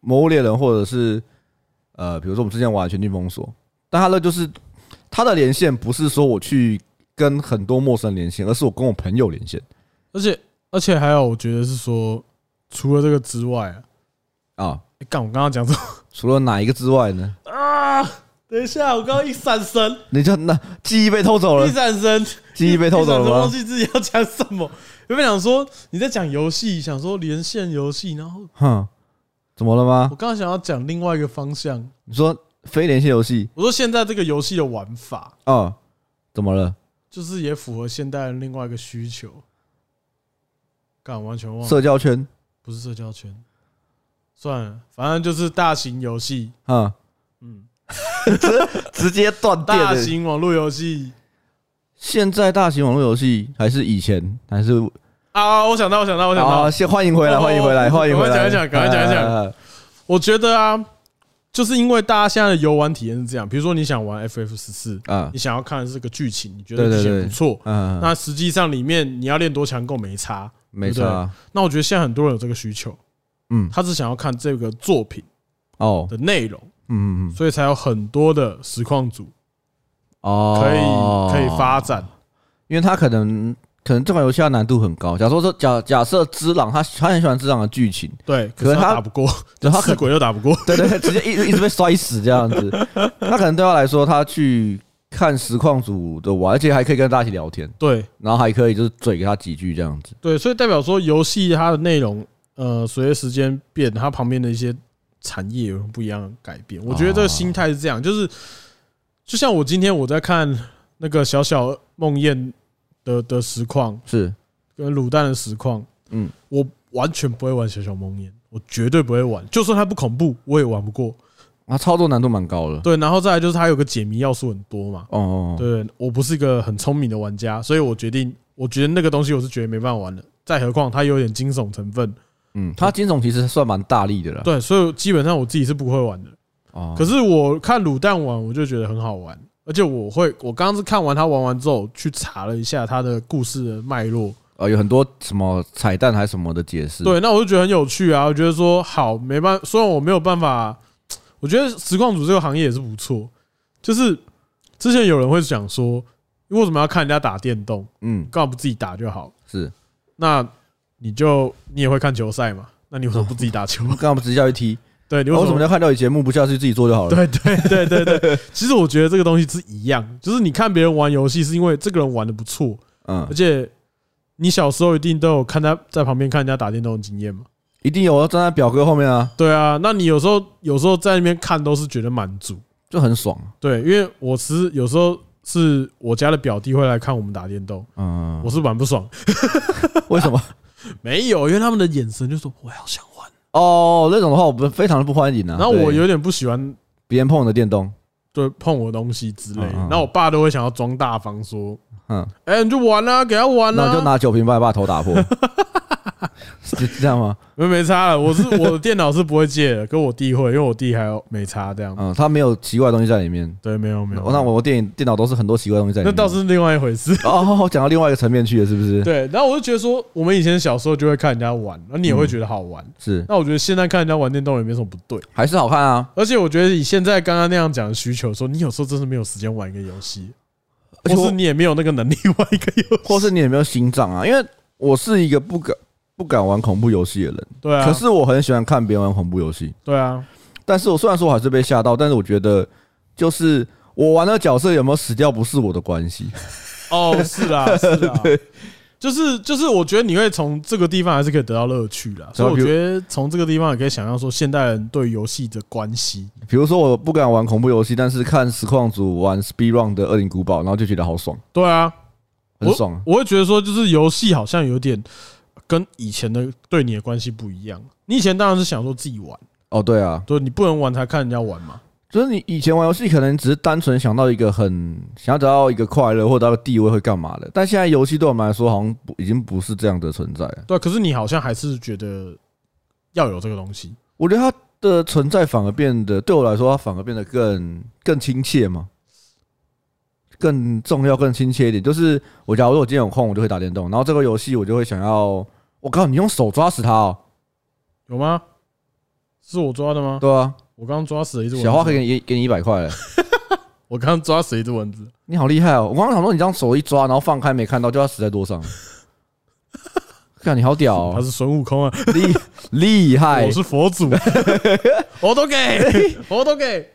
Speaker 1: 魔物猎人，或者是呃，比如说我们之前玩的全境封锁，但它的就是它的连线不是说我去跟很多陌生人连线，而是我跟我朋友连线。
Speaker 2: 而且而且还有，我觉得是说，除了这个之外啊，
Speaker 1: 啊，
Speaker 2: 哎干，我刚刚讲什么
Speaker 1: 除了哪一个之外呢？
Speaker 2: 啊？等一下，我刚刚一闪神，
Speaker 1: 你就那记忆被偷走了，
Speaker 2: 一闪神，
Speaker 1: 记忆被偷走
Speaker 2: 一闪神
Speaker 1: 了
Speaker 2: 忘
Speaker 1: 吗？
Speaker 2: 记自己要讲什么。原本想说你在讲游戏，想说连线游戏，然后
Speaker 1: 哼，怎么了吗
Speaker 2: 我？刚刚想要讲另外一个方向，
Speaker 1: 你说非连线游戏
Speaker 2: 我说现在这个游戏的玩法，
Speaker 1: 啊？怎么了？
Speaker 2: 就是也符合现代人另外一个需求。干，完全忘了，
Speaker 1: 社交圈
Speaker 2: 不是社交圈，算了，反正就是大型游戏，
Speaker 1: 啊，
Speaker 2: 嗯，
Speaker 1: 直接断电
Speaker 2: 大
Speaker 1: 的。
Speaker 2: 型网络游戏
Speaker 1: 现在大型网络游戏还是以前还是
Speaker 2: 啊，我想到，我想到，我想
Speaker 1: 啊？
Speaker 2: 到，
Speaker 1: 先欢迎回来，
Speaker 2: 哦
Speaker 1: 欢迎回来，欢迎回来！
Speaker 2: 赶快讲一讲赶快讲一讲
Speaker 1: 哎哎哎
Speaker 2: 我觉得啊，就是因为大家现在的游玩体验是这样，比如说你想玩 FF 十四，
Speaker 1: 哎啊
Speaker 2: 你想要看的是个剧情，你觉
Speaker 1: 对
Speaker 2: 得
Speaker 1: 对
Speaker 2: 剧
Speaker 1: 对
Speaker 2: 情不错，
Speaker 1: 嗯，
Speaker 2: 那实际上里面你要练多强够没差。
Speaker 1: 没错，
Speaker 2: 那我觉得现在很多人有这个需求，
Speaker 1: 嗯，
Speaker 2: 他只想要看这个作品
Speaker 1: 哦，
Speaker 2: 的内容，
Speaker 1: 嗯嗯嗯，
Speaker 2: 所以才有很多的实况组
Speaker 1: 哦，
Speaker 2: 可以可以发，展。
Speaker 1: 因为他可能可能这款游戏它难度很高。假如说说假假设之朗他他很喜欢之朗的剧情，
Speaker 2: 对，
Speaker 1: 可
Speaker 2: 可
Speaker 1: 是
Speaker 2: 是
Speaker 1: 他
Speaker 2: 他打不过，
Speaker 1: 对他可
Speaker 2: 四鬼又打不过，
Speaker 1: 对对，对直接一直一直被摔死这样
Speaker 2: <laughs>
Speaker 1: 子。那可能对他来说，他去看实况组的玩，而且还可以跟大家一起聊天，
Speaker 2: 对
Speaker 1: 然后还可以就是嘴给他几句这样子。
Speaker 2: 对，所以代表说游戏它的内容，呃，随着时间变，它旁边的一些产业有不一样的改变。我觉得这
Speaker 1: 哦
Speaker 2: 个心态是这样，就是就像我今天我在看那个小小梦魇的的实况
Speaker 1: 是，
Speaker 2: 跟卤蛋的实况，
Speaker 1: 嗯，
Speaker 2: 我完全不会玩小小梦魇，我绝对不会玩，就算它不恐怖，我也玩不过。
Speaker 1: 那操作难度蛮高的。
Speaker 2: 对，然后再来就是它有个解谜要素很多嘛，
Speaker 1: 哦哦，哦
Speaker 2: 对我不是一个很聪明的玩家，所以我决定，我觉得那个东西我是绝对没办法玩的。再何况它有点惊悚成分，
Speaker 1: 嗯，他惊悚其实算蛮大力的了。
Speaker 2: 对，所以基本上我自己是不会玩的。
Speaker 1: 啊哦，
Speaker 2: 可是我看卤蛋玩，我就觉得很好玩，而且我会，我刚刚是看完他玩完之后，去查了一下他的故事的脉络，
Speaker 1: 呃，有很多什么彩蛋还是什么的解释。
Speaker 2: 对，那我就觉得很有趣啊。我觉得说好，没办，虽然我没有办法，我觉得实况组这个行业也是不错。就是之前有人会讲说，为什么要看人家打电动，
Speaker 1: 嗯，
Speaker 2: 干嘛不自己打就好？
Speaker 1: 是。
Speaker 2: 那你就你也会看球赛嘛？那你为什么不自己
Speaker 1: <laughs>
Speaker 2: 打球？
Speaker 1: 我们刚刚不直接下去踢？
Speaker 2: 对，你
Speaker 1: 我
Speaker 2: 为
Speaker 1: 为
Speaker 2: 什
Speaker 1: 什么
Speaker 2: 么？
Speaker 1: 要看料理节目不下去自己做就好了？
Speaker 2: 对对对
Speaker 1: <laughs>
Speaker 2: 对对，其实我觉得这个东西是一样，就是你看别人玩游戏，是因为这个人玩的不错，
Speaker 1: 嗯
Speaker 2: 而，且你小时候一定都有看他在旁边看人家打电动的经验嘛。
Speaker 1: 一定有站在表哥后面啊，
Speaker 2: 对啊，那你有时候有时候在那边看都是觉得满足，
Speaker 1: 就很爽。
Speaker 2: 对，因为我其实有时候是我家的表弟会来看我们打电动，
Speaker 1: 嗯
Speaker 2: 我，是蛮不爽，
Speaker 1: 为
Speaker 2: <laughs>
Speaker 1: 什么？
Speaker 2: 没有，因为他们的眼神就说我要想玩，
Speaker 1: 哦，那种的话我们非常的不欢迎啊。
Speaker 2: 然后我
Speaker 1: 对
Speaker 2: 有点不喜欢
Speaker 1: 别人碰我的电动，
Speaker 2: 对碰我东西之类的
Speaker 1: 嗯嗯嗯。
Speaker 2: 那我爸都会想要装大方说
Speaker 1: 嗯，：“
Speaker 2: 哎，你就玩啦、给他玩
Speaker 1: 那我就
Speaker 2: 啦、啊。
Speaker 1: 拿酒瓶把你爸头打
Speaker 2: <laughs>
Speaker 1: 破，是这样吗？”
Speaker 2: 没没差了，我是我的电脑是不会借的，跟我弟会，因为我弟还有没差这样。
Speaker 1: 嗯，他没有奇怪的东西在里面。
Speaker 2: 对，没有没有
Speaker 1: 哦，那我电影电脑都是很多奇怪的东西在里
Speaker 2: 那
Speaker 1: 面。
Speaker 2: 倒是另外一回事。
Speaker 1: 哦， <laughs> 讲到另外一个层面去了，是不是？
Speaker 2: 对，然后我就觉得说，我们以前小时候就会看人家玩，那你也会觉得好玩。
Speaker 1: 是，
Speaker 2: 那我觉得现在看人家玩电动也没什么不对，
Speaker 1: 还是好看啊。
Speaker 2: 而且我觉得以现在刚刚那样讲的需求说，你有时候真的没有时间玩一个游戏，
Speaker 1: 而且
Speaker 2: 或
Speaker 1: 我
Speaker 2: 是你也没有那个能力玩一个游戏，
Speaker 1: 或是你有没有心脏啊？因为我是一个不敢不敢玩恐怖游戏的人，
Speaker 2: 对啊，
Speaker 1: 可是我很喜欢看别人玩恐怖游戏。
Speaker 2: 对啊，
Speaker 1: 但是我虽然说我还是被吓到，但是我觉得就是我玩的角色有没有死掉不是我的关系。
Speaker 2: 哦，是
Speaker 1: <laughs>
Speaker 2: 啦，是啦，就是就是，我觉得你会从这个地方还是可以得到乐趣啦，所以我觉得从这个地方也可以想象说现代人对游戏的关系。
Speaker 1: 比如说我不敢玩恐怖游戏，但是看实况组玩 Speed Run 的《恶灵古堡》，然后就觉得好爽，
Speaker 2: 对啊，
Speaker 1: 很爽啊。
Speaker 2: 我会觉得说，就是游戏好像有点跟以前的对你的关系不一样。你以前当然是想说自己玩，
Speaker 1: 哦，对啊，
Speaker 2: 对，你不能玩才看人家玩嘛。
Speaker 1: 就是你以前玩游戏可能只是单纯想到一个很想要得到一个快乐或得到个地位会干嘛的，但现在游戏对我们来说好像不已经不是这样的存在了。
Speaker 2: 对啊，可是你好像还是觉得要有这个东西。
Speaker 1: 我觉得它的存在反而变得对我来说，它反而变得更更亲切嘛，更重要、更亲切一点。就是我假如我今天有空，我就会打电动，然后这个游戏我就会想要，我靠，你用手抓死它哦，
Speaker 2: 有吗？是我抓的吗？
Speaker 1: 对啊，
Speaker 2: 我刚刚抓死了一只蚊子。
Speaker 1: 小花可以给你给你一百块嘞，
Speaker 2: 我刚刚抓死了一只蚊子。
Speaker 1: 你好厉害哦！我刚刚想说，你这样手一抓，然后放开没看到，就要死在桌上。 <laughs> 看你好屌、
Speaker 2: <laughs> 他
Speaker 1: 哦，
Speaker 2: 是孙悟空啊！
Speaker 1: 厉厉害
Speaker 2: 我，是佛
Speaker 1: <laughs>
Speaker 2: 祖，我都给，我都给。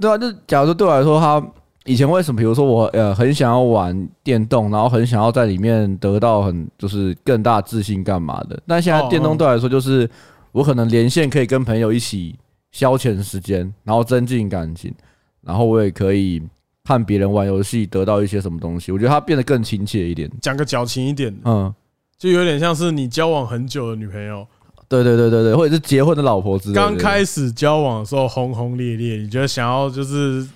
Speaker 1: 对啊，就假如说对我来说，他以前为什么，比如说我呃很想要玩电动，然后很想要在里面得到很就是更大自信干嘛的，但现在
Speaker 2: 哦
Speaker 1: 电动对我来说就是我可能连线可以跟朋友一起消遣时间，然后增进感情，然后我也可以看别人玩游戏得到一些什么东西，我觉得它变得更亲切一点。
Speaker 2: 讲个矫情一点的，
Speaker 1: 嗯，
Speaker 2: 就有点像是你交往很久的女朋友，
Speaker 1: 对对对对对，或者是结婚的老婆之类的。
Speaker 2: 刚开始交往的时候轰轰烈烈，你觉得想要就是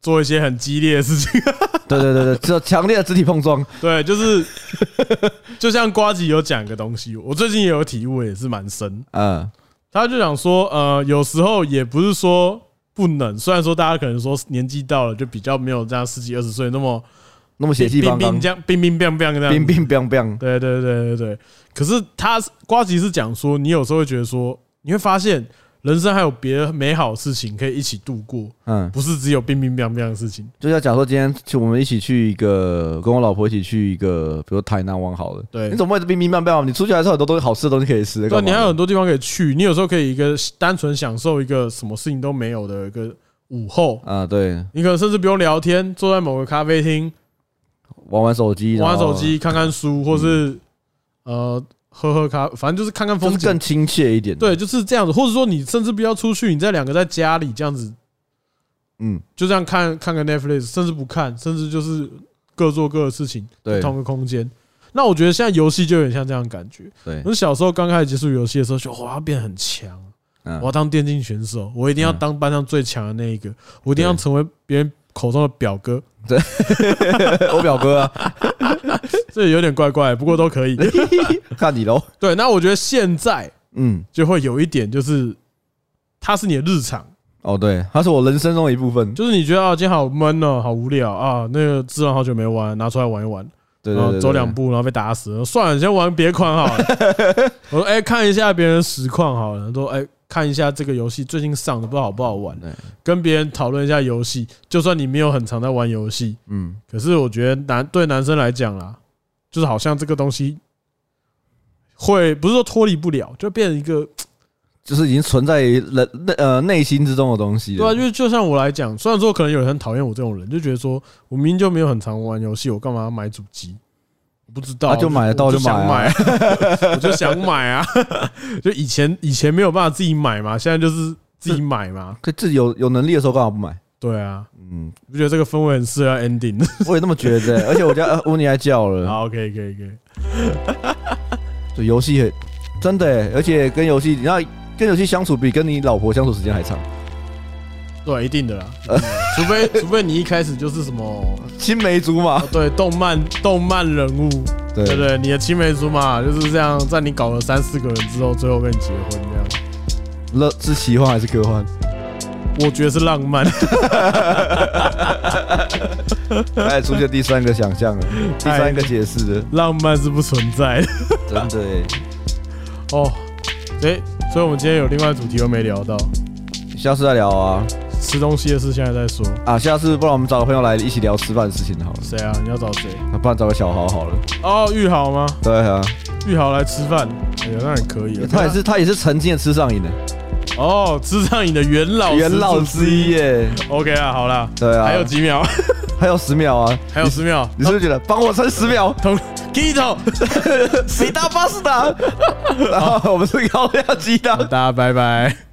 Speaker 2: 做一些很激烈的事
Speaker 1: <laughs>
Speaker 2: 情，
Speaker 1: 对对对对，只有强烈的肢体碰撞。
Speaker 2: 对，就是就像瓜吉有讲一个东西，我最近也有体悟，也是蛮深。
Speaker 1: 嗯，
Speaker 2: 他就讲说，呃，有时候也不是说不能，虽然说大家可能说年纪到了就比较没有这样十几二十岁那么
Speaker 1: 那么血气
Speaker 2: 冰
Speaker 1: 方刚
Speaker 2: 冰，这样冰冰冰冰这样
Speaker 1: 冰冰冰冰。
Speaker 2: 对对对对对。可是他瓜吉是讲说，你有时候会觉得说，你会发现人生还有别的美好的事情可以一起度过，
Speaker 1: 嗯，
Speaker 2: 不是只有冰冰冰冰的事情。
Speaker 1: 就像假如说今天去我们一起去一个，跟我老婆一起去一个，比如台南玩好了。
Speaker 2: 对
Speaker 1: 你，怎么会冰冰棒棒？你出去还是很多东西好吃的东西可以吃。
Speaker 2: 对啊，
Speaker 1: 干嘛
Speaker 2: 你还有很多地方可以去，你有时候可以一个单纯享受一个什么事情都没有的一个午后，
Speaker 1: 啊，对，
Speaker 2: 你可能甚至不用聊天，坐在某个咖啡厅
Speaker 1: 玩玩手机，
Speaker 2: 玩玩
Speaker 1: 然后
Speaker 2: 手机、看看书，或是呃喝喝咖，反正就是看看
Speaker 1: 就
Speaker 2: 风
Speaker 1: 是
Speaker 2: 景
Speaker 1: 更。亲切一点。，
Speaker 2: 对，就是这样子，或者说你甚至不要出去，你在两个在家里这样子，
Speaker 1: 嗯，
Speaker 2: 就这样看看个 Netflix，甚至不看，甚至就是各做各的事情，
Speaker 1: 对
Speaker 2: 同个空间。那我觉得现在游戏就有点像这样的感觉。
Speaker 1: 对
Speaker 2: 我，小时候刚开始接触游戏的时候，就哇，要变得很强，
Speaker 1: 嗯
Speaker 2: 我要当电竞选手，我一定要
Speaker 1: 嗯
Speaker 2: 当班上最强的那一个，我一定要
Speaker 1: 对
Speaker 2: 成为别人口中的表哥。
Speaker 1: 我表哥啊，
Speaker 2: 这有点怪怪，不过都可以。
Speaker 1: 看你喽。
Speaker 2: <laughs> 对，那我觉得现在
Speaker 1: 嗯，
Speaker 2: 就会有一点，就是它是你的日常，
Speaker 1: 哦，对，他是我人生中的一部分。
Speaker 2: 就是你觉得啊，今天好闷哦，好无聊啊，那个自然好久没玩，拿出来玩一玩，
Speaker 1: 对
Speaker 2: 然
Speaker 1: 对
Speaker 2: 后
Speaker 1: 对，
Speaker 2: 走两步，然后被打死，算了，先玩别
Speaker 1: <laughs>
Speaker 2: 款好了。我说，哎，看一下别人实况好了，说，哎，看一下这个游戏最近上的不知道好不好玩，
Speaker 1: 对。对，
Speaker 2: 跟别人讨论一下游戏，就算你没有很常在玩游戏，
Speaker 1: 嗯，
Speaker 2: 可是我觉得男对男生来讲啦，就是好像这个东西会不是说脱离不了，就变成一个
Speaker 1: 就是已经存在于人内呃内心之中的东西了。
Speaker 2: 对啊，因为就像我来讲，虽然说可能有人很讨厌我这种人，就觉得说我明明就没有很常玩游戏，我干嘛要买主机？我不知道，
Speaker 1: 啊就买得到
Speaker 2: 我
Speaker 1: 就
Speaker 2: 就想
Speaker 1: 买
Speaker 2: 买， <laughs> 我就想买啊！ <laughs> 就以前以前没有办法自己买嘛，现在就是自己买嘛。
Speaker 1: 可自己有有能力的时候干嘛不买？
Speaker 2: 对啊，
Speaker 1: 嗯，
Speaker 2: 你不觉得这个氛围很适合 ending？ <laughs>
Speaker 1: 我也那么觉得、而且我家呃乌尼还叫了，
Speaker 2: 好，可以可以可以。
Speaker 1: 就游戏很真的、欸，而且跟游戏你要跟游戏相处比跟你老婆相处时间还长，
Speaker 2: 对，啊一定的啦，一定的除非 <laughs> 除非你一开始就是什么，
Speaker 1: 青梅竹马
Speaker 2: 哦。对，动漫动漫人物，
Speaker 1: 对
Speaker 2: 对不对？你的青梅竹马就是这样，在你搞了三四个人之后，最后跟你结婚这样，
Speaker 1: 乐是奇幻还是科幻？
Speaker 2: <laughs> 我觉得是浪漫， <laughs>
Speaker 1: 哎，出现第三个想象了，第三个解释了，
Speaker 2: 浪漫是不存在的
Speaker 1: 真的、欸。
Speaker 2: 哦。诶，所以我们今天有另外主题又没聊到，
Speaker 1: 下次再聊啊
Speaker 2: 吃东西的事现在再说。
Speaker 1: 啊！下次不然我们找个朋友来一起聊吃饭的事情好了，
Speaker 2: 谁啊？你要找谁？
Speaker 1: 那不然找个小豪好了。
Speaker 2: 哦，玉豪吗？
Speaker 1: 对啊，
Speaker 2: 玉豪来吃饭，哎呀，那也可以了。
Speaker 1: 他也是他也是曾经的吃上瘾的
Speaker 2: 哦，吃上瘾的元老
Speaker 1: 元老
Speaker 2: 始祖
Speaker 1: 之一。耶。
Speaker 2: OK 啊，好啦，
Speaker 1: 对啊，
Speaker 2: 还有几秒，
Speaker 1: <laughs>
Speaker 2: <laughs>
Speaker 1: 还有十秒啊，
Speaker 2: 还有十
Speaker 1: <laughs>
Speaker 2: 秒。
Speaker 1: 你是不是觉得帮我撑十秒？
Speaker 2: 同 Kito，
Speaker 1: <laughs> 谁打巴斯达？然后我们是高压鸡汤
Speaker 2: 大。家拜拜。